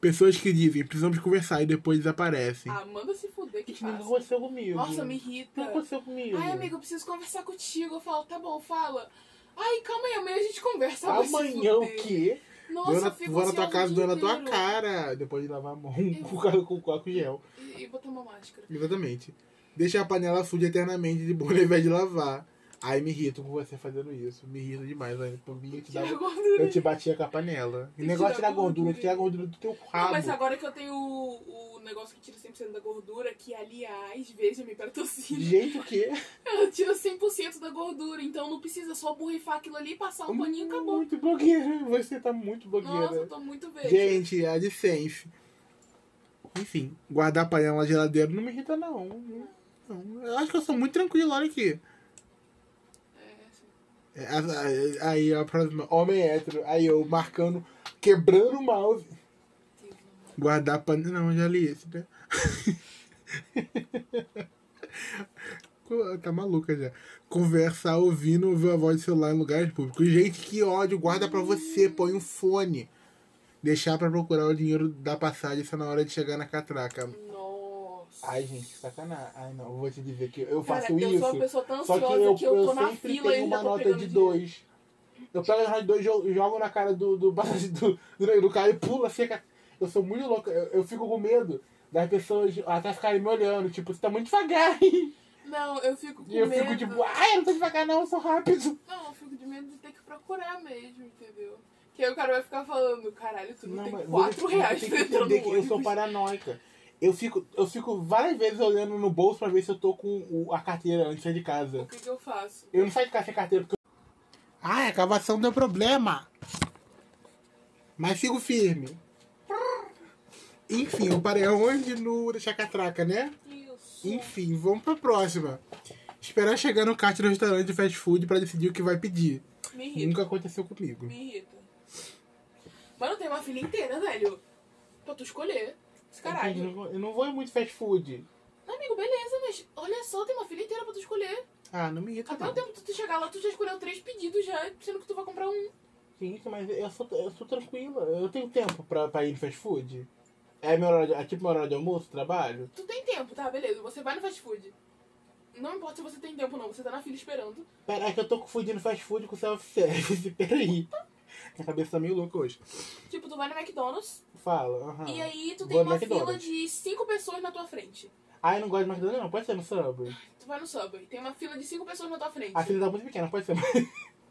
Speaker 1: Pessoas que dizem, precisamos conversar e depois desaparecem.
Speaker 4: Ah, manda se fuder que
Speaker 1: Gente, nunca
Speaker 4: passa.
Speaker 1: aconteceu comigo.
Speaker 4: Nossa, me irrita.
Speaker 1: Nunca aconteceu comigo.
Speaker 4: Ai, amigo, eu preciso conversar contigo. Eu falo, tá bom, fala. Ai, calma aí, amanhã a gente conversa. vai se
Speaker 1: Amanhã o
Speaker 4: fuder.
Speaker 1: quê?
Speaker 4: Nossa,
Speaker 1: Dona,
Speaker 4: eu fico
Speaker 1: vou na tua
Speaker 4: ansiosa
Speaker 1: casa,
Speaker 4: o
Speaker 1: dou na
Speaker 4: dia
Speaker 1: tua
Speaker 4: inteiro.
Speaker 1: cara. Depois de lavar a mão com, ca- <laughs> com, com álcool gel.
Speaker 4: E, e botar uma máscara.
Speaker 1: Exatamente. Deixa a panela suja eternamente de bolha <laughs> ao invés de lavar. Ai, me irrito com você fazendo isso. Me irrito demais, né? Por mim, eu te,
Speaker 4: <laughs> Tira a
Speaker 1: dava,
Speaker 4: gordura.
Speaker 1: eu te batia com a panela. E
Speaker 4: Tem que
Speaker 1: negócio de
Speaker 4: tirar
Speaker 1: tirar gordura,
Speaker 4: gordura.
Speaker 1: tirar a gordura do teu
Speaker 4: Não,
Speaker 1: rabo.
Speaker 4: mas agora que eu tenho o, o negócio que tira 100% da gordura, que é aliás, veja-me para
Speaker 1: De
Speaker 4: tossir,
Speaker 1: jeito que.
Speaker 4: ela tira 100% da gordura, então não precisa só borrifar aquilo ali, passar um paninho e acabou.
Speaker 1: Muito blogueira. Você tá muito
Speaker 4: Nossa, eu
Speaker 1: blogueira.
Speaker 4: tô muito verde.
Speaker 1: Gente, a licença. Enfim, guardar a panela na geladeira não me irrita, não. Não, Eu acho que eu sou muito tranquilo, olha aqui.
Speaker 4: É, assim.
Speaker 1: É, a- a- Aí a próxima, homem hétero. Aí eu marcando, quebrando o mouse. Guardar panela. Não, já li esse, né? <laughs> Co- tá maluca já. Conversar ouvindo ouvir a voz do celular em lugares públicos. Gente, que ódio. Guarda pra você. Põe um fone. Deixar pra procurar o dinheiro da passagem só na hora de chegar na catraca.
Speaker 4: Nossa.
Speaker 1: Ai, gente, que sacanagem. Ai, não. eu Vou te dizer que eu
Speaker 4: Cara,
Speaker 1: faço
Speaker 4: eu
Speaker 1: isso.
Speaker 4: sou uma pessoa tão
Speaker 1: Só
Speaker 4: ansiosa
Speaker 1: que eu,
Speaker 4: que eu tô
Speaker 1: eu
Speaker 4: na
Speaker 1: sempre
Speaker 4: fila e
Speaker 1: tenho
Speaker 4: ainda
Speaker 1: uma
Speaker 4: tô
Speaker 1: nota
Speaker 4: pegando
Speaker 1: de
Speaker 4: dinheiro.
Speaker 1: dois. <laughs> Eu pego a nota de dois, jogo, jogo na cara do, do, do, do, do cara e pula, seca. eu sou muito louca, eu, eu fico com medo das pessoas até ficarem me olhando, tipo, você tá muito devagar, <laughs> hein?
Speaker 4: Não, eu fico com
Speaker 1: E eu
Speaker 4: medo.
Speaker 1: fico tipo, ai, eu não tô devagar não, eu sou rápido.
Speaker 4: Não, eu fico de medo de ter que procurar mesmo, entendeu? Que aí o cara vai ficar falando, caralho, tu não, tem
Speaker 1: mas
Speaker 4: 4
Speaker 1: você
Speaker 4: reais
Speaker 1: tem
Speaker 4: pra
Speaker 1: que
Speaker 4: entrar no
Speaker 1: entender que eu
Speaker 4: ônibus.
Speaker 1: sou paranoica. Eu fico, eu fico várias vezes olhando no bolso pra ver se eu tô com o- a carteira antes de sair de casa.
Speaker 4: O que que eu faço?
Speaker 1: Eu não saio de casa sem carteira porque. eu- Ah, Ai, a gravação deu problema. Mas sigo firme. Enfim, eu parei onde no da Chacatraca, né?
Speaker 4: Isso.
Speaker 1: Enfim, vamos pra próxima. Esperar chegar no caixa do restaurante de fast food pra decidir o que vai pedir.
Speaker 4: Me irrita.
Speaker 1: Nunca aconteceu comigo.
Speaker 4: Me irrita. Mano, tem uma filha inteira, velho. Pra tu escolher. Esse
Speaker 1: Eu
Speaker 4: caralho.
Speaker 1: não vou- Eu não vou em muito fast food.
Speaker 4: Amigo, beleza, mas olha só, tem uma filha inteira pra tu escolher.
Speaker 1: Ah, não me irrita.
Speaker 4: Até
Speaker 1: Não.
Speaker 4: o tempo de tu chegar lá, tu já escolheu três pedidos já, sendo que tu vai comprar um.
Speaker 1: Gente, mas eu sou, eu sou tranquila. Eu tenho tempo pra, pra ir no fast food. É, meu horário, de- é tipo meu horário de almoço, trabalho.
Speaker 4: Tu tem tempo, tá? Beleza, você vai no fast food. Não importa se você tem tempo ou não, você tá na fila esperando.
Speaker 1: Peraí que eu tô confundindo fast food com self-service. <laughs> Peraí. Minha cabeça tá meio louca hoje.
Speaker 4: Tipo, tu vai no McDonald's
Speaker 1: Fala. aham.
Speaker 4: e aí tu
Speaker 1: Ah, Vou
Speaker 4: tem
Speaker 1: no
Speaker 4: uma fila
Speaker 1: McDonald's.
Speaker 4: de cinco pessoas na tua frente.
Speaker 1: Ah, eu não gosto de McDonald's, não. Pode ser no Subway.
Speaker 4: Tu vai no Subway, tem uma fila de cinco pessoas na tua frente.
Speaker 1: A fila tá muito pequena, pode ser.
Speaker 4: Continua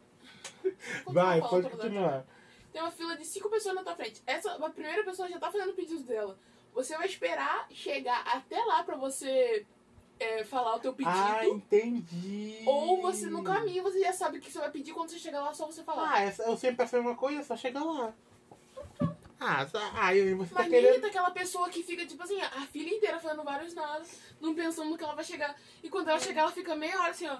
Speaker 1: Vai,
Speaker 4: falando,
Speaker 1: pode
Speaker 4: tá bom.
Speaker 1: continuar.
Speaker 4: Tem uma fila de cinco pessoas na tua frente. Essa a primeira pessoa já tá fazendo o pedido dela. Você vai esperar chegar até lá pra você é, falar o teu pedido.
Speaker 1: Ah, entendi.
Speaker 4: Ou você no caminho você já sabe o que você vai pedir quando você chegar lá, é só você falar.
Speaker 1: Ah, essa- eu sempre peço a mesma coisa, é só chegar lá. Ah, só- ah, e você tá
Speaker 4: Mas nem
Speaker 1: querendo.
Speaker 4: daquela pessoa que fica, tipo assim, a filha inteira fazendo vários nada, não pensando no que ela vai chegar. E quando ela chegar, ela fica meia hora assim, ó.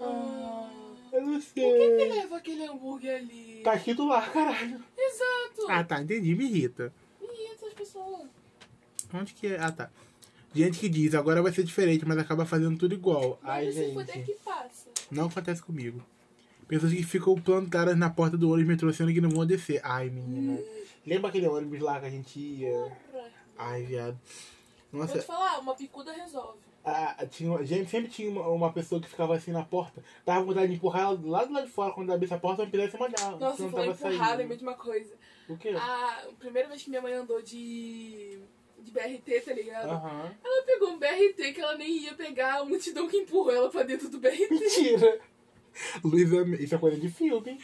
Speaker 4: Ah,
Speaker 1: Eu não
Speaker 4: por que, é que
Speaker 1: sei.
Speaker 4: leva aquele hambúrguer ali?
Speaker 1: Tá escrito lá, caralho.
Speaker 4: Exato!
Speaker 1: Ah, tá, entendi, me irrita.
Speaker 4: E essas pessoas?
Speaker 1: Onde que é? Ah, tá. Gente que diz, agora vai ser diferente, mas acaba fazendo tudo igual. Ai,
Speaker 4: Mas isso foi
Speaker 1: gente.
Speaker 4: até que passa.
Speaker 1: Não acontece comigo. Pessoas que ficam plantadas na porta do ônibus metrô sendo que não vão descer. Ai, menina. Lembra aquele ônibus lá que a gente ia?
Speaker 4: Porra.
Speaker 1: Ai, viado.
Speaker 4: Vou te
Speaker 1: Nossa,
Speaker 4: falar, uma picuda resolve.
Speaker 1: a, tinha, uma- gente, sempre tinha uma, uma pessoa que ficava assim na porta. Tava com vontade de empurrar ela lá do lado de fora. Quando abrisse a porta, eu não pudesse mandar.
Speaker 4: Nossa,
Speaker 1: não
Speaker 4: falou
Speaker 1: tava
Speaker 4: empurrada,
Speaker 1: saindo.
Speaker 4: lembrei de Ah. uma coisa.
Speaker 1: O quê?
Speaker 4: A primeira vez que minha mãe andou de, de BRT, tá ligado?
Speaker 1: Aham. <laughs>
Speaker 4: Ela pegou um BRT que ela nem ia pegar, a multidão que empurrou ela pra dentro do BRT.
Speaker 1: Mentira. Luísa, isso é coisa de filme. hein?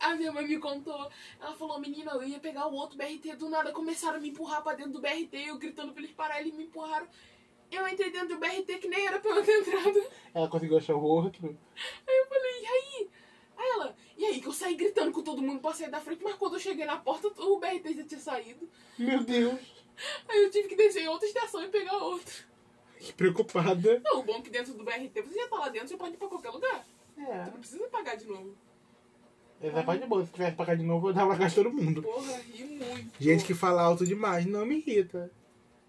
Speaker 4: A minha mãe me contou, ela falou, menina, eu ia pegar o outro BRT, do nada começaram a me empurrar pra dentro do BRT, eu gritando pra eles pararem, eles me empurraram. Eu entrei dentro do BRT que nem era pra eu ter entrado.
Speaker 1: Ela conseguiu achar o outro.
Speaker 4: Aí eu falei, e aí? Aí ela, e aí? Que eu saí gritando com todo mundo pra sair da frente, mas quando eu cheguei na porta, o BRT já tinha saído.
Speaker 1: Meu Deus.
Speaker 4: Aí eu tive que descer em outra estação e pegar outro.
Speaker 1: Que preocupada.
Speaker 4: Não, o bom é que dentro do BRT você já tá lá dentro, você pode ir pra qualquer lugar.
Speaker 1: É.
Speaker 4: Não precisa pagar de novo.
Speaker 1: Essa parte é boa. Se tivesse pra cá de novo, eu dava pra casa de todo mundo.
Speaker 4: Porra, ri muito.
Speaker 1: Gente que fala alto demais não me irrita.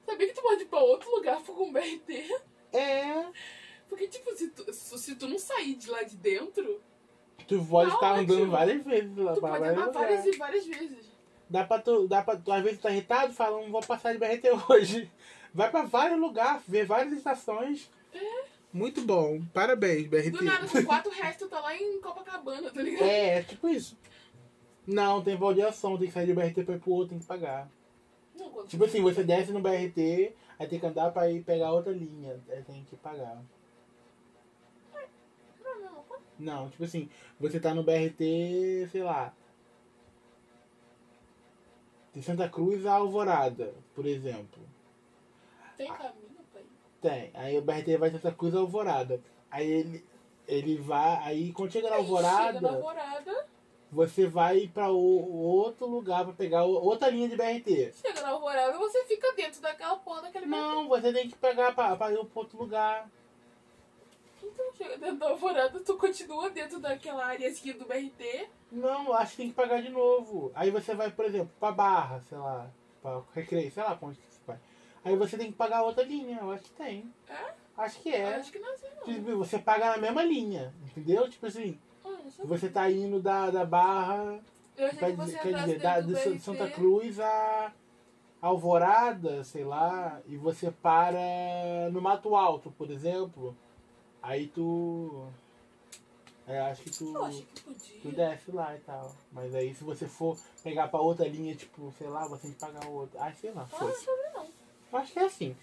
Speaker 4: Sabia que tu pode ir pra outro lugar com o BRT?
Speaker 1: É.
Speaker 4: Porque, tipo, se tu, se se tu não sair de lá de dentro,
Speaker 1: Tu pode
Speaker 4: Tá
Speaker 1: ficar andando
Speaker 4: ótimo.
Speaker 1: várias vezes lá
Speaker 4: tu
Speaker 1: pra
Speaker 4: pode
Speaker 1: vários
Speaker 4: andar várias
Speaker 1: lugares.
Speaker 4: e várias vezes.
Speaker 1: Dá pra tu, dá pra tu, às vezes tu tá irritado, fala, não vou passar de BRT <laughs> hoje. Vai pra vários lugares, ver várias estações. Muito bom. Parabéns,
Speaker 4: É. Do nada,
Speaker 1: BRT.
Speaker 4: com 4 reais, tu tá lá em Copacabana, tá ligado?
Speaker 1: É, é tipo isso. Não, tem validação, tem que sair do BRT pra ir pro outro, tem que pagar.
Speaker 4: Não, quando
Speaker 1: Tipo assim, você desce no BRT, aí tem que andar pra ir pegar outra linha, aí tem que pagar.
Speaker 4: Não, não, não.
Speaker 1: Não, tipo assim, você tá no BRT, sei lá. De Santa Cruz a Alvorada, por exemplo.
Speaker 4: Tem caminho pra ir.
Speaker 1: Tem. Aí o BRT vai de Santa Cruz a Alvorada. Aí ele, ele vai. Aí quando chega na
Speaker 4: Aí
Speaker 1: Alvorada,
Speaker 4: Chega na alvorada,
Speaker 1: você vai pra o, outro lugar pra pegar o- outra linha de BRT.
Speaker 4: chega na alvorada, você fica dentro daquela porra daquele
Speaker 1: Não, você tem que pegar pra, pra ir pra outro lugar.
Speaker 4: Então chega dentro da alvorada, tu continua dentro daquela áreazinha do BRT.
Speaker 1: Não, acho que tem que pagar de novo. Aí você vai, por exemplo, pra Barra, sei lá, pra Recreio, sei lá pra onde que você vai. Aí você tem que pagar outra linha, eu acho que tem.
Speaker 4: É?
Speaker 1: Acho que é.
Speaker 4: Acho que não é assim, não.
Speaker 1: Tipo, Você paga na mesma linha, entendeu? Tipo assim,
Speaker 4: Ah, não sei.
Speaker 1: você tá indo da, da Barra,
Speaker 4: Eu achei
Speaker 1: vai
Speaker 4: que você
Speaker 1: dizer- é quer
Speaker 4: entrasse
Speaker 1: dizer,
Speaker 4: dentro
Speaker 1: da,
Speaker 4: do
Speaker 1: de Sa-
Speaker 4: BRT.
Speaker 1: Santa Cruz a Alvorada, sei lá, e você para no Mato Alto, por exemplo. Aí tu. Aí eu é, acho que tu,
Speaker 4: Eu achei que
Speaker 1: tu
Speaker 4: podia.
Speaker 1: desce lá e tal. Mas aí se você for pegar pra outra linha, tipo, sei lá, você tem que pagar outra. Ah, sei lá,
Speaker 4: Ah, não
Speaker 1: foi.
Speaker 4: sobre não.
Speaker 1: Eu acho que é assim.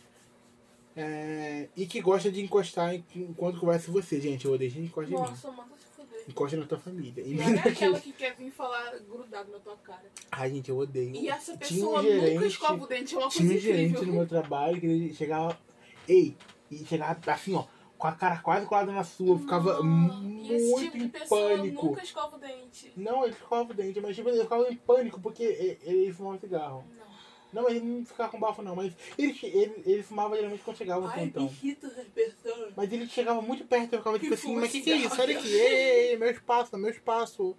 Speaker 1: É, E que gosta de encostar em- enquanto conversa com você, gente. Eu odeio gente que encosta em mim.
Speaker 4: Nossa, manda se fuder.
Speaker 1: Encosta na tua família. E nem
Speaker 4: Não
Speaker 1: <laughs>
Speaker 4: é
Speaker 1: naquele-
Speaker 4: aquela que quer vir falar grudado na tua cara.
Speaker 1: Ai, gente, eu odeio.
Speaker 4: E é essa
Speaker 1: Tinha um
Speaker 4: pessoa nunca escova o dente, é uma
Speaker 1: Tinha
Speaker 4: coisa
Speaker 1: um gerente no
Speaker 4: incrível.
Speaker 1: meu trabalho que ele chegava. Ei! E chegava assim, ó, com a cara quase colada na sua, eu ficava
Speaker 4: E esse
Speaker 1: muito
Speaker 4: tipo de
Speaker 1: em
Speaker 4: pessoa
Speaker 1: pânico.
Speaker 4: nunca escova o dente.
Speaker 1: Não, ele ficava o dente, mas tipo, ele ficava em pânico porque e- ele fumava cigarro.
Speaker 4: Não.
Speaker 1: Não, mas ele não ficava com bafo não, mas ele, che- ele, ele fumava geralmente quando chegava o então.
Speaker 4: Ai, me
Speaker 1: plantão.
Speaker 4: irrita essa pessoa.
Speaker 1: Mas ele chegava muito perto, eu ficava
Speaker 4: Que
Speaker 1: tipo assim,
Speaker 4: fuma
Speaker 1: mas o que, que é
Speaker 4: cigarro.
Speaker 1: isso? Olha aqui, ei, ei, ei, meu espaço, meu espaço.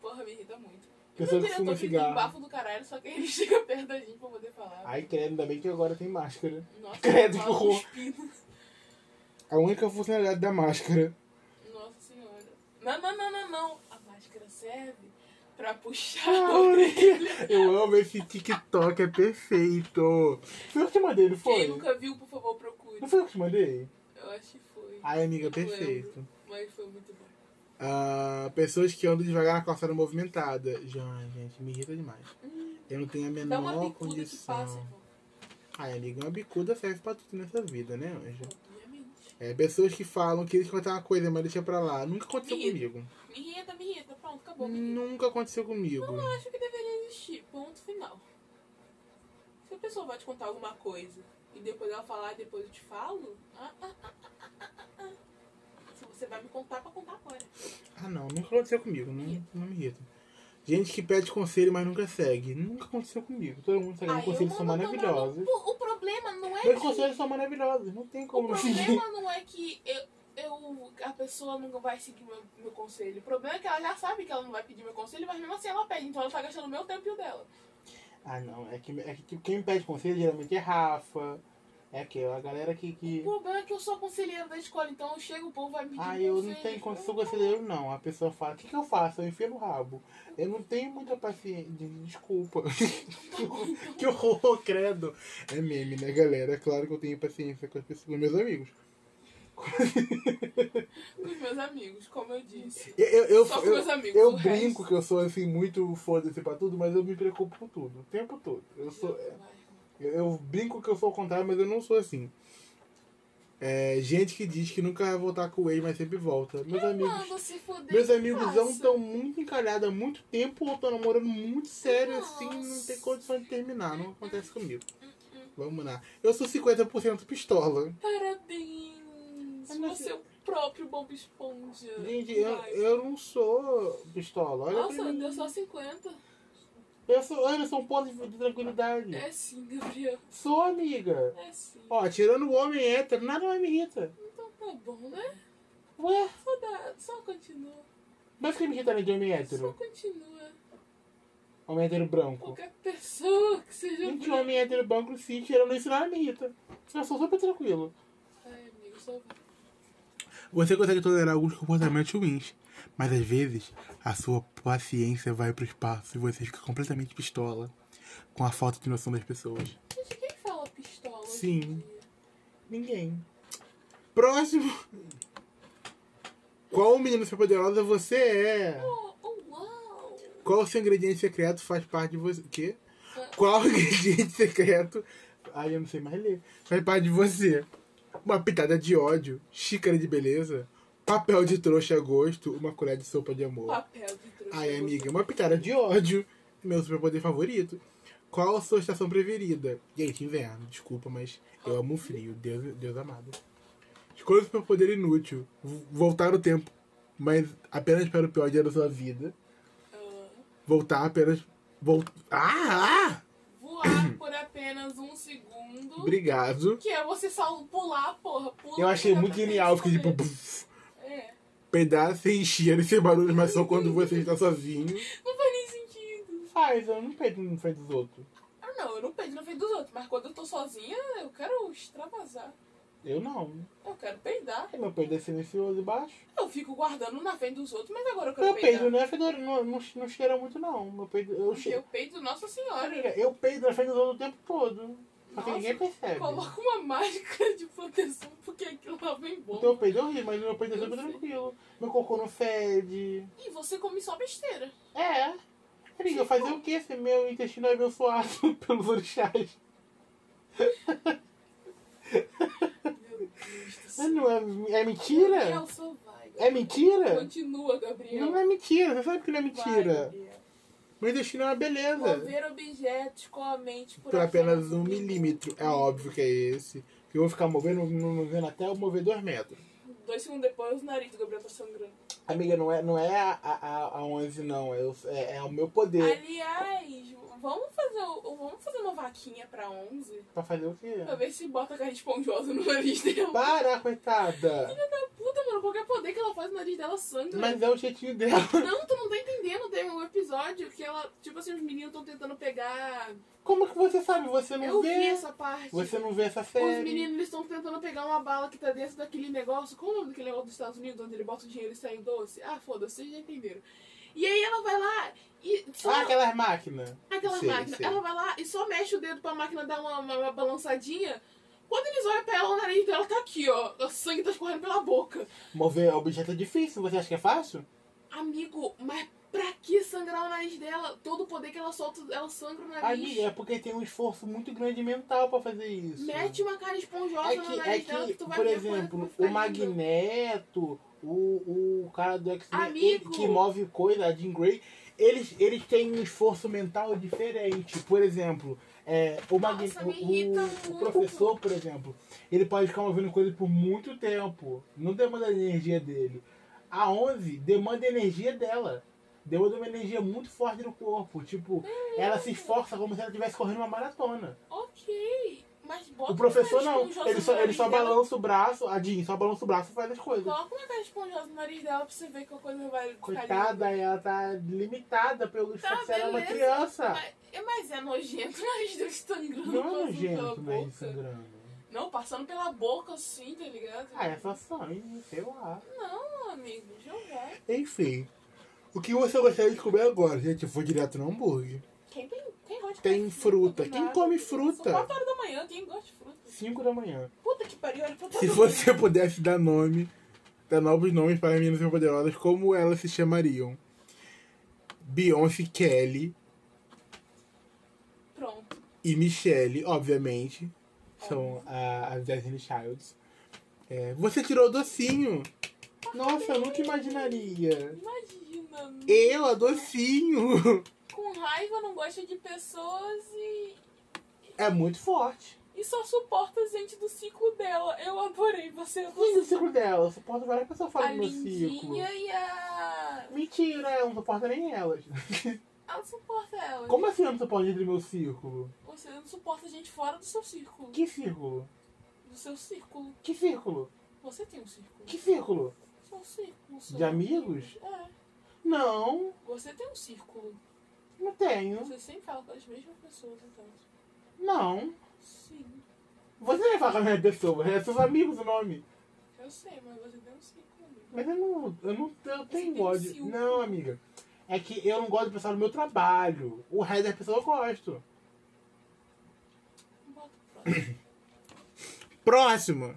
Speaker 4: Porra, me irrita muito.
Speaker 1: Pessoa que
Speaker 4: Meu diretor
Speaker 1: fuma
Speaker 4: que tem um
Speaker 1: cigarro.
Speaker 4: bafo do caralho, só que ele <laughs> chega perto da gente pra poder falar.
Speaker 1: Ai, credo, ainda bem que agora tem máscara.
Speaker 4: Nossa,
Speaker 1: Credo,
Speaker 4: fala
Speaker 1: que horror.
Speaker 4: cuspindo.
Speaker 1: A única funcionalidade da máscara.
Speaker 4: Nossa senhora. Não, não, não, não, não. A máscara serve pra puxar <laughs>
Speaker 1: Ah,
Speaker 4: <laughs> a orelha.
Speaker 1: Eu amo esse TikTok, é perfeito. Foi eu que te mandei, não
Speaker 4: Quem
Speaker 1: foi?
Speaker 4: nunca viu, por favor, procure.
Speaker 1: Não foi eu que te mandei?
Speaker 4: Eu acho que foi.
Speaker 1: Ai, amiga,
Speaker 4: Não
Speaker 1: perfeito.
Speaker 4: Mas foi muito bom.
Speaker 1: Ah, pessoas que andam devagar na calçada movimentada. Já, gente, me irrita demais. Eu não tenho a
Speaker 4: Dá uma
Speaker 1: menor
Speaker 4: bicuda que passa,
Speaker 1: condição.
Speaker 4: irmão.
Speaker 1: Ai, amiga, uma bicuda serve pra tudo nessa vida, né, anjo?
Speaker 4: Obviamente.
Speaker 1: É, pessoas que falam que eles contar uma coisa, mas deixa pra lá. Nunca aconteceu
Speaker 4: Me
Speaker 1: comigo.
Speaker 4: Me irrita, me irrita. Pronto, acabou. Me irrita.
Speaker 1: Nunca aconteceu comigo.
Speaker 4: Eu acho que deveria existir. Ponto final. Se a pessoa vai te contar alguma coisa e depois ela falar, depois eu te falo. Ah, ah, ah, ah, ah, ah, ah. Se você vai me contar pra contar agora.
Speaker 1: Ah, não, nunca aconteceu comigo. Não, não me irrita. Gente que pede conselho, mas nunca segue. Nunca aconteceu comigo. Todo mundo segue. Meus
Speaker 4: Aí eu
Speaker 1: conselhos são
Speaker 4: mando tomar no
Speaker 1: maravilhosos.
Speaker 4: cu. O problema não é
Speaker 1: Meus
Speaker 4: que.
Speaker 1: conselhos são maravilhosos. Não tem
Speaker 4: O
Speaker 1: como assim? não seguir.
Speaker 4: problema não é que eu, eu, a pessoa não vai seguir meu, meu conselho. O problema é que ela já sabe que ela não vai pedir meu conselho, mas mesmo assim ela pede. Então ela tá gastando o meu tempo e o dela.
Speaker 1: Ah, não. É que, é que tipo, quem me pede conselho geralmente é Rafa. É aquela galera que.
Speaker 4: O
Speaker 1: que...
Speaker 4: problema é que eu sou a conselheira da escola, então eu chego, o povo vai me pedir
Speaker 1: Ah, eu não
Speaker 4: conselho.
Speaker 1: tenho condição conselheiro, não. A pessoa fala: O que, que eu faço? Eu enfio no rabo. Eu não tenho muita paciência. Desculpa. <laughs> que horror, credo. É meme, né, galera? É claro que eu tenho paciência com as pessoas, com meus amigos.
Speaker 4: Com os meus amigos, como eu disse.
Speaker 1: Eu, eu, eu,
Speaker 4: Só com
Speaker 1: eu-
Speaker 4: meus amigos,
Speaker 1: eu
Speaker 4: o
Speaker 1: brinco
Speaker 4: resto.
Speaker 1: que eu sou assim muito foda-se pra tudo, mas eu me preocupo com tudo, o tempo todo. Eu, sou, eu, eu brinco que eu sou o contrário, mas eu não sou assim. É, gente que diz que nunca vai voltar com o ex, mas sempre volta. Meus amigos.
Speaker 4: Mano, se fuder.
Speaker 1: Meus
Speaker 4: que
Speaker 1: amigos
Speaker 4: faça.
Speaker 1: estão muito encalhados há muito tempo ou estão namorando muito sério assim, não tem
Speaker 4: Nossa. Hum,
Speaker 1: condição de terminar, não acontece comigo. Vamos lá. Eu sou 50% pistola.
Speaker 4: Parabéns.
Speaker 1: Mas você-
Speaker 4: Você é o próprio Bob Esponja.
Speaker 1: Gente, eu,
Speaker 4: Vai.
Speaker 1: eu não sou pistola. Olha
Speaker 4: Nossa,
Speaker 1: pra mim.
Speaker 4: deu só 50.
Speaker 1: Eu sou, olha, eu sou um ponto de- de tranquilidade.
Speaker 4: É sim, Gabriel.
Speaker 1: Sou amiga.
Speaker 4: É sim.
Speaker 1: Ó, tirando o homem hétero, nada mais me irrita.
Speaker 4: Então tá bom, né?
Speaker 1: Ué,
Speaker 4: Só, dá, só continua.
Speaker 1: mas o que me irrita de homem
Speaker 4: Só
Speaker 1: hétero?
Speaker 4: continua.
Speaker 1: Homem hétero branco.
Speaker 4: Qualquer pessoa que seja.
Speaker 1: Gente, homem hétero branco, sim, tirando isso, nada me irrita. Eu sou super tranquilo.
Speaker 4: Ai, amigo, só vai.
Speaker 1: Você consegue tolerar alguns comportamentos ruins, mas às vezes a sua paciência vai pro espaço e você fica completamente pistola com a falta de noção das pessoas.
Speaker 4: Gente, quem fala pistola? hoje
Speaker 1: Sim.
Speaker 4: em dia?
Speaker 1: Ninguém. Próximo. Qual menino superpoderosa você é?
Speaker 4: Oh, oh, uau!
Speaker 1: Qual seu ingrediente secreto faz parte de você? Quê? Qual <laughs> ingrediente secreto? Ai, eu não sei mais ler. Faz parte de você. Uma pitada de ódio, xícara de beleza, papel de trouxa a gosto, uma colher de sopa de amor.
Speaker 4: Papel de trouxa.
Speaker 1: Ai, amiga, uma pitada de ódio. Meu superpoder favorito. Qual a sua estação preferida? Gente, inverno, desculpa, mas eu amo o frio, Deus, Deus amado. Escolha o superpoder inútil, v- voltar o tempo, mas apenas para o pior dia da sua vida.
Speaker 4: Ah,
Speaker 1: Voltar apenas. Vol... Ah! ah! <coughs>
Speaker 4: voar por apenas um segundo.
Speaker 1: Obrigado.
Speaker 4: Que é você só pular, porra. Pula,
Speaker 1: Eu achei
Speaker 4: pula
Speaker 1: muito
Speaker 4: pra frente,
Speaker 1: genial, fiquei tipo.
Speaker 4: correr.
Speaker 1: buf,
Speaker 4: É.
Speaker 1: Pedaço sem cheiro e sem barulho, mas só quando você está sozinho.
Speaker 4: Não faz nem sentido.
Speaker 1: Faz, eu não pego na frente dos outros.
Speaker 4: Ah, não, eu não peido na frente dos outros, mas quando eu tô sozinha, eu quero extravasar.
Speaker 1: Eu não.
Speaker 4: Eu quero peidar.
Speaker 1: Meu peido é silencioso e baixo.
Speaker 4: Eu fico guardando na frente dos outros, mas agora eu quero
Speaker 1: Meu peido
Speaker 4: peidar.
Speaker 1: não é fedor, não, não, não cheira muito, não. Meu peido. Eu
Speaker 4: Porque eu
Speaker 1: cheiro.
Speaker 4: peido, nossa senhora. né?
Speaker 1: Eu peido na frente dos outros o tempo todo. Porque
Speaker 4: Nossa,
Speaker 1: ninguém percebe.
Speaker 4: Coloca uma máscara de proteção, porque aquilo lá vem
Speaker 1: O
Speaker 4: bom.
Speaker 1: teu peido é horrível, mas o meu peido é
Speaker 4: Eu
Speaker 1: super
Speaker 4: sei.
Speaker 1: tranquilo. Meu cocô não fede.
Speaker 4: E você come só besteira.
Speaker 1: É. Amiga, fazer o que se meu intestino é abençoado <laughs> pelos orixás?
Speaker 4: Meu Deus do
Speaker 1: Mas
Speaker 4: céu.
Speaker 1: Não é, é mentira?
Speaker 4: Gabriel, só vai.
Speaker 1: É mentira?
Speaker 4: Continua, Gabriel.
Speaker 1: Não é mentira, você sabe que não é
Speaker 4: Vai,
Speaker 1: mentira.
Speaker 4: Gabriel.
Speaker 1: Meu intestino é uma beleza.
Speaker 4: Mover objetos com a mente por,
Speaker 1: Por apenas um milímetro. É óbvio que é esse. Que eu vou ficar movendo, movendo até eu mover dois metros.
Speaker 4: Dois segundos depois, o nariz do Gabriel tá sangrando.
Speaker 1: Amiga, não é, não é a, a, a- a 11, não. É, o- é, é o meu poder.
Speaker 4: Aliás, vamos fazer, o- vamos fazer uma vaquinha pra 11?
Speaker 1: Pra fazer o quê?
Speaker 4: Pra ver se bota a cara esponjosa no nariz dela.
Speaker 1: Para, coitada!
Speaker 4: Puta, mano, qualquer poder que ela faz, o nariz dela sangra.
Speaker 1: Mas é o jeitinho dela.
Speaker 4: Não, tu não tá entendendo. Tem um episódio que ela, tipo assim, os meninos estão tentando pegar.
Speaker 1: Como que você sabe? Você não
Speaker 4: Eu vi
Speaker 1: vê.
Speaker 4: essa parte.
Speaker 1: Você não vê essa
Speaker 4: Os
Speaker 1: série.
Speaker 4: meninos estão tentando pegar uma bala que tá dentro daquele negócio. Qual o nome daquele negócio dos Estados Unidos onde ele bota o dinheiro e sai em doce? Ah, foda-se, vocês já entenderam. E aí ela vai lá e. Só
Speaker 1: Ah, aquelas máquinas.
Speaker 4: aquela
Speaker 1: sei,
Speaker 4: máquina.
Speaker 1: sei.
Speaker 4: Ela vai lá e só mexe o dedo pra máquina dar uma, uma- uma balançadinha. Quando eles olham pra ela, o nariz dela tá aqui, ó. O sangue tá escorrendo pela boca.
Speaker 1: Mover objeto é difícil. Você acha que é fácil?
Speaker 4: Amigo, mas pra que sangrar o nariz dela? Todo o poder que ela solta, ela sangra o nariz.
Speaker 1: Amiga, é porque tem um esforço muito grande mental pra fazer isso.
Speaker 4: Mete uma cara esponjosa
Speaker 1: É
Speaker 4: no
Speaker 1: que,
Speaker 4: nariz
Speaker 1: é
Speaker 4: dela
Speaker 1: que,
Speaker 4: que tu vai
Speaker 1: por
Speaker 4: ver a coisa
Speaker 1: exemplo,
Speaker 4: que vai
Speaker 1: o
Speaker 4: ficar linda.
Speaker 1: Magneto, o, o cara do X-Men
Speaker 4: Amigo!
Speaker 1: ele- que move coisa, a Jean Grey, eles, eles têm um esforço mental diferente. Por exemplo, é, o, Magne-
Speaker 4: Nossa, me irrita
Speaker 1: o- o
Speaker 4: muito.
Speaker 1: professor, por exemplo, ele pode ficar movendo coisa por muito tempo. Não demanda a energia dele. A 11 demanda a energia dela. Demanda uma energia muito forte no corpo. Tipo,
Speaker 4: Hum.
Speaker 1: ela se esforça como se ela estivesse correndo uma maratona.
Speaker 4: Ok, mas bota
Speaker 1: O professor
Speaker 4: uma cara
Speaker 1: não,
Speaker 4: esponjosa
Speaker 1: ele só,
Speaker 4: no
Speaker 1: ele só
Speaker 4: nariz dela.
Speaker 1: balança o braço, a Jean só balança o braço e faz as coisas.
Speaker 4: Coloca uma cara esponjosa no nariz dela pra você ver que a coisa vai ficar linda.
Speaker 1: Coitada, ela tá limitada pelo
Speaker 4: Tá,
Speaker 1: esforço, ela é uma
Speaker 4: beleza.
Speaker 1: criança.
Speaker 4: Mas, é- mas é nojento o nariz dela sangrando
Speaker 1: Não é
Speaker 4: passando pela
Speaker 1: nojento, né,
Speaker 4: boca.
Speaker 1: sangrando.
Speaker 4: um Não, passando pela boca assim, tá ligado?
Speaker 1: Ah, é só sangue, sei lá.
Speaker 4: Não, amigo, já vai.
Speaker 1: Enfim, o que você gostaria de comer agora? Gente, eu vou direto no hambúrguer.
Speaker 4: Quem tem, quem gosta de
Speaker 1: Tem
Speaker 4: comer né?
Speaker 1: fruta.
Speaker 4: do
Speaker 1: Quem
Speaker 4: nada?
Speaker 1: come fruta?
Speaker 4: São 4 horas da manhã, quem gosta de fruta?
Speaker 1: 5 da manhã.
Speaker 4: Puta que pariu, olha pra todo
Speaker 1: Se
Speaker 4: mundo.
Speaker 1: você pudesse dar nome, dar novos nomes para meninas poderosas, como elas se chamariam? Beyoncé Kelly
Speaker 4: Pronto.
Speaker 1: e Michelle, obviamente. São a- as Destiny Childs. É, você tirou o docinho! Nossa, eu nunca imaginaria!
Speaker 4: Imagina, amigo.
Speaker 1: Eu, a docinho! <laughs>
Speaker 4: com raiva, não gosta de pessoas e,
Speaker 1: É muito forte.
Speaker 4: e só suporta gente do ciclo dela. Eu adorei você.
Speaker 1: Quem é o ciclo dela? Eu suporto várias pessoas fora
Speaker 4: A
Speaker 1: do meu ciclo.
Speaker 4: lindinha e a.
Speaker 1: Mentira, eu não suporto nem elas.
Speaker 4: Ela suporta ela.
Speaker 1: Como assim eu não suporto gente do meu círculo?
Speaker 4: Você não suporta gente fora do seu círculo.
Speaker 1: Que círculo?
Speaker 4: Do seu círculo.
Speaker 1: Que círculo?
Speaker 4: Você tem um círculo.
Speaker 1: Que círculo?
Speaker 4: Seu círculo. seu-
Speaker 1: De amigos?
Speaker 4: É.
Speaker 1: Não,
Speaker 4: Você tem um círculo.
Speaker 1: não tenho.
Speaker 4: Você sempre fala com as mesmas pessoas, então.
Speaker 1: Não.
Speaker 4: Sim.
Speaker 1: Você não vai falar com a minha pessoa, é seus amigos o nome.
Speaker 4: Eu sei, mas você tem um círculo. amigo.
Speaker 1: Mas eu não, eu não eu
Speaker 4: tem
Speaker 1: tenho ódio.
Speaker 4: ciúme.
Speaker 1: Não, amiga. É que eu não gosto de pessoal no meu trabalho. O resto das pessoas eu gosto.
Speaker 4: Bota o
Speaker 1: <coughs>
Speaker 4: próximo.
Speaker 1: Próximo.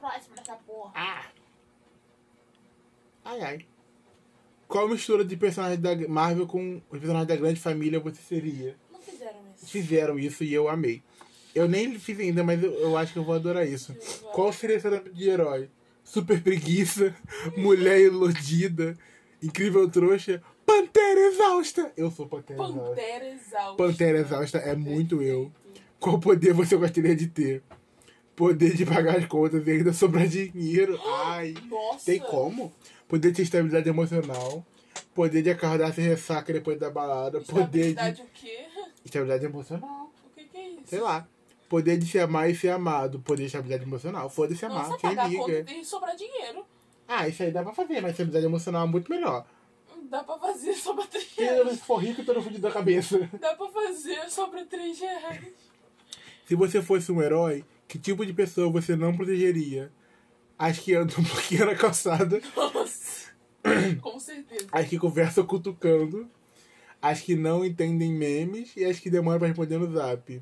Speaker 4: próximo dessa porra.
Speaker 1: Ah. Ai, ai. Qual mistura de personagens da Marvel com os personagens da grande família você seria?
Speaker 4: Não fizeram isso.
Speaker 1: Fizeram isso e eu amei. Eu nem fiz ainda, mas eu, eu acho que eu vou adorar isso. Qual seria seu nome de herói? Super preguiça, <laughs> mulher iludida, incrível trouxa, pantera exausta. Eu sou pantera exausta.
Speaker 4: Pantera exausta.
Speaker 1: Pantera exausta é muito eu. Qual poder você gostaria de ter? Poder de pagar as contas e ainda sobrar dinheiro. Ai.
Speaker 4: Nossa.
Speaker 1: Tem como? Poder de estabilidade emocional. Poder de acordar sem ressaca depois da balada. Poder de.
Speaker 4: Estabilidade é o quê?
Speaker 1: Estabilidade emocional.
Speaker 4: O que que é isso?
Speaker 1: Sei lá. Poder de se amar e ser amado. Poder de estabilidade emocional. Foda-se amar.
Speaker 4: Nossa,
Speaker 1: Quem
Speaker 4: pagar a
Speaker 1: liga?
Speaker 4: conta e sobrar dinheiro.
Speaker 1: Ah, isso aí dá pra fazer, mas estabilidade emocional é muito melhor.
Speaker 4: Dá pra fazer <laughs> sobra 3
Speaker 1: Se você
Speaker 4: reais.
Speaker 1: for rico, eu tô no fudido da cabeça.
Speaker 4: Dá pra fazer sobra 3 reais.
Speaker 1: Se você fosse um herói, que tipo de pessoa você não protegeria? As que andam <laughs> bloqueando a calçada, <coughs>
Speaker 4: Nossa. Com certeza.
Speaker 1: as que conversam cutucando, as que não entendem memes e as que demoram pra responder no zap.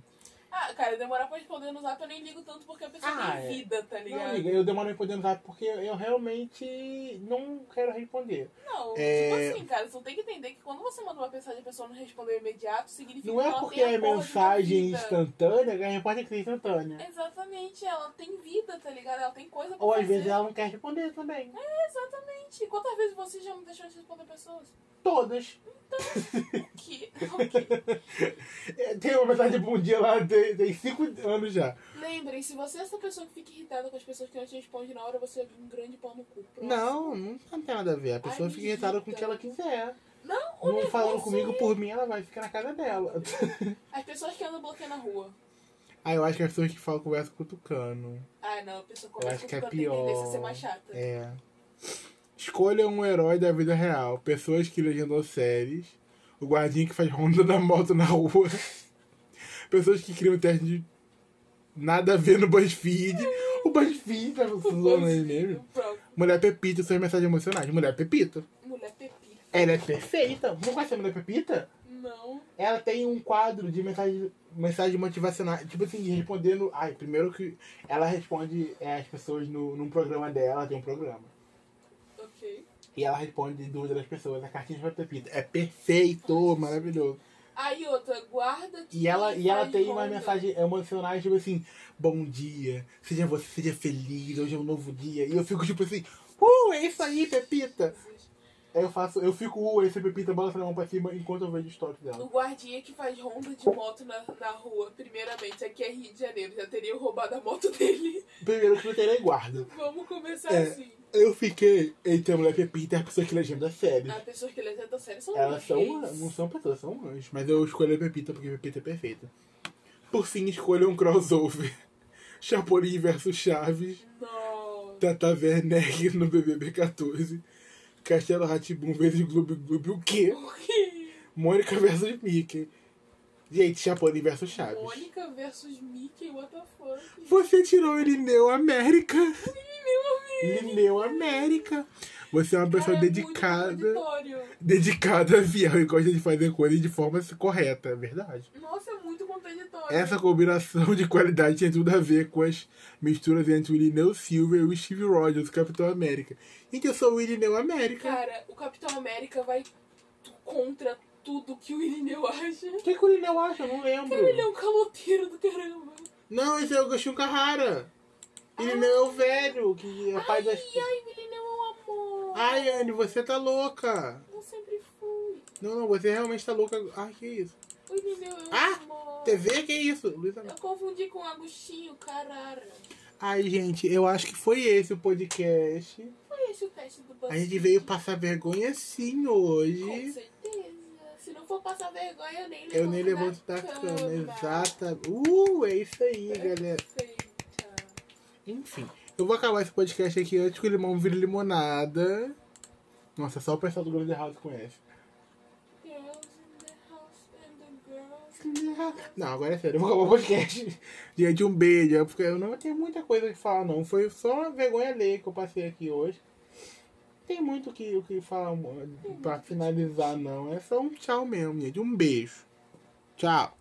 Speaker 4: Ah, cara, demorar pra responder no zap eu nem ligo tanto porque a pessoa
Speaker 1: Ah,
Speaker 4: tem
Speaker 1: é.
Speaker 4: vida, tá
Speaker 1: Não,
Speaker 4: ligado?
Speaker 1: amiga, eu demoro em poder usar porque eu realmente não quero responder.
Speaker 4: Não,
Speaker 1: É.
Speaker 4: tipo assim, cara, você tem que entender que quando você manda uma mensagem e a pessoa não respondeu imediato, significa
Speaker 1: Não
Speaker 4: que
Speaker 1: é
Speaker 4: ela
Speaker 1: porque
Speaker 4: tem a
Speaker 1: é
Speaker 4: porra de uma
Speaker 1: mensagem
Speaker 4: vida.
Speaker 1: instantânea que a resposta tem que ser
Speaker 4: É,
Speaker 1: instantânea.
Speaker 4: Exatamente, ela tem vida, tá ligado? Ela tem coisa pra
Speaker 1: Ou
Speaker 4: fazer.
Speaker 1: às vezes ela não quer responder também.
Speaker 4: Exatamente. Quantas vezes você já não deixou de responder pessoas?
Speaker 1: Todas. <laughs>
Speaker 4: Que. ok.
Speaker 1: É, Tem uma mensagem de bom dia lá, tem, tem cinco anos já.
Speaker 4: Lembrem, se você é essa pessoa que fica irritada com as pessoas que não te respondem na hora, você é um grande pau no cu. Pronto.
Speaker 1: Não, não tem nada a ver. A pessoa fica irritada com o que ela quiser. Não falando comigo por mim, ela vai ficar na casa dela. <laughs>
Speaker 4: As pessoas que andam bloqueando a rua.
Speaker 1: Ah, eu acho que as pessoas que falam conversam com o tucano.
Speaker 4: Ah, não, a pessoa
Speaker 1: Eu
Speaker 4: começa
Speaker 1: acho que é
Speaker 4: com
Speaker 1: pior.
Speaker 4: tendência a ser mais chata.
Speaker 1: É. Escolha um herói da vida real. Pessoas que legendam séries. O guardinha que faz ronda da moto na rua. <laughs> Pessoas que criam teste de nada a ver no BuzzFeed. O BuzzFeed, tá zoando ele mesmo.
Speaker 4: Pronto.
Speaker 1: Mulher Pepita, suas mensagens emocionais. Mulher Pepita.
Speaker 4: Mulher pepita.
Speaker 1: Ela é perfeita. Não conhece a Mulher Pepita?
Speaker 4: Não.
Speaker 1: ela tem um quadro de mensagem, mensagem motivacional, tipo assim, respondendo. Ai, primeiro que ela responde é, as pessoas no, num programa dela, tem um programa.
Speaker 4: Ok.
Speaker 1: E ela responde dúvidas das pessoas, a cartinha pra Pepita. É perfeito, maravilhoso.
Speaker 4: Aí outra, guarda que
Speaker 1: E ela, e ela
Speaker 4: faz
Speaker 1: tem umas
Speaker 4: ronda.
Speaker 1: mensagens emocionais, tipo assim, bom dia, seja você, seja feliz, hoje é um novo dia. E eu fico tipo assim, uh, é isso aí, Pepita. Aí eu faço, eu fico, uh, esse Pepita, balançando a mão pra cima enquanto eu vejo o estoque dela.
Speaker 4: O guardinha que faz ronda de moto na, na rua, primeiramente, aqui é Rio de Janeiro, já teriam roubado a moto dele. <laughs>
Speaker 1: Primeiro que não terei guarda.
Speaker 4: Vamos começar
Speaker 1: É.
Speaker 4: assim.
Speaker 1: Eu fiquei entre a mulher Pepita e a pessoa que é legenda série.
Speaker 4: As pessoas que levantam sério são
Speaker 1: Elas são,
Speaker 4: horríveis.
Speaker 1: não são pessoas, são anjos. Mas eu escolho a Pepita porque a Pepita é perfeita. Por fim, escolha um crossover. <laughs> Chapolin versus Chaves.
Speaker 4: Não.
Speaker 1: Tata Werneck no BBB 14. Castelo Ratibum versus Gloob Gloob o quê? Mônica versus Mickey. Gente, Chapolin versus Chaves.
Speaker 4: Mônica versus Mickey, what the fuck?
Speaker 1: Você tirou o Lineu América. Lineu América. Você é uma pessoa
Speaker 4: Cara, é muito
Speaker 1: dedicada.
Speaker 4: contraditório.
Speaker 1: dedicada a é fiel e gosta de fazer coisas de forma correta, é verdade.
Speaker 4: Nossa, é muito contraditório.
Speaker 1: Essa combinação de qualidade tinha tudo a ver com as misturas entre o Lineu Silva e o Steve Rogers, o Capitão América. Gente, eu sou o Lineu América.
Speaker 4: Cara, o Capitão América vai tu- contra tudo que o Irineu acha.
Speaker 1: O que, que o Lineu acha? Eu não lembro.
Speaker 4: Cara, ele é um caloteiro do caramba.
Speaker 1: Não, esse é o Gostinho Carrara. Irineu é o velho, que é pai das...
Speaker 4: Ai, ai, Irineu é um amor.
Speaker 1: Ai, Anne, você tá louca.
Speaker 4: Eu sempre fui.
Speaker 1: Não, não, você realmente tá louca. Ai, que isso.
Speaker 4: O Irineu é um
Speaker 1: Ah,
Speaker 4: amor.
Speaker 1: TV, que isso? Luísa...
Speaker 4: Eu confundi com o Agostinho, carara.
Speaker 1: Ai, gente, eu acho que foi esse o podcast.
Speaker 4: Foi esse o teste do BuzzFeed.
Speaker 1: A gente veio passar vergonha sim
Speaker 4: Com
Speaker 1: hoje.
Speaker 4: certeza. né, Se não for passar vergonha, eu nem levanto
Speaker 1: Eu nem
Speaker 4: da
Speaker 1: levanto da cama. Exata. Uh, é isso aí, galera.
Speaker 4: Perfeita.
Speaker 1: Enfim, eu vou acabar esse podcast aqui antes que o limão vire limonada. Nossa, só o pessoal do Grande House conhece.
Speaker 4: Girls in the house and the girls
Speaker 1: Não, agora é sério, eu vou acabar o podcast. <laughs> Gente, um beijo. é Porque eu não tenho muita coisa que falar, não. Foi só uma vergonha alheia que eu passei aqui hoje. Tem muito o que, o que falar mo- pra finalizar, não. É só um tchau mesmo, gente. Um beijo. Tchau.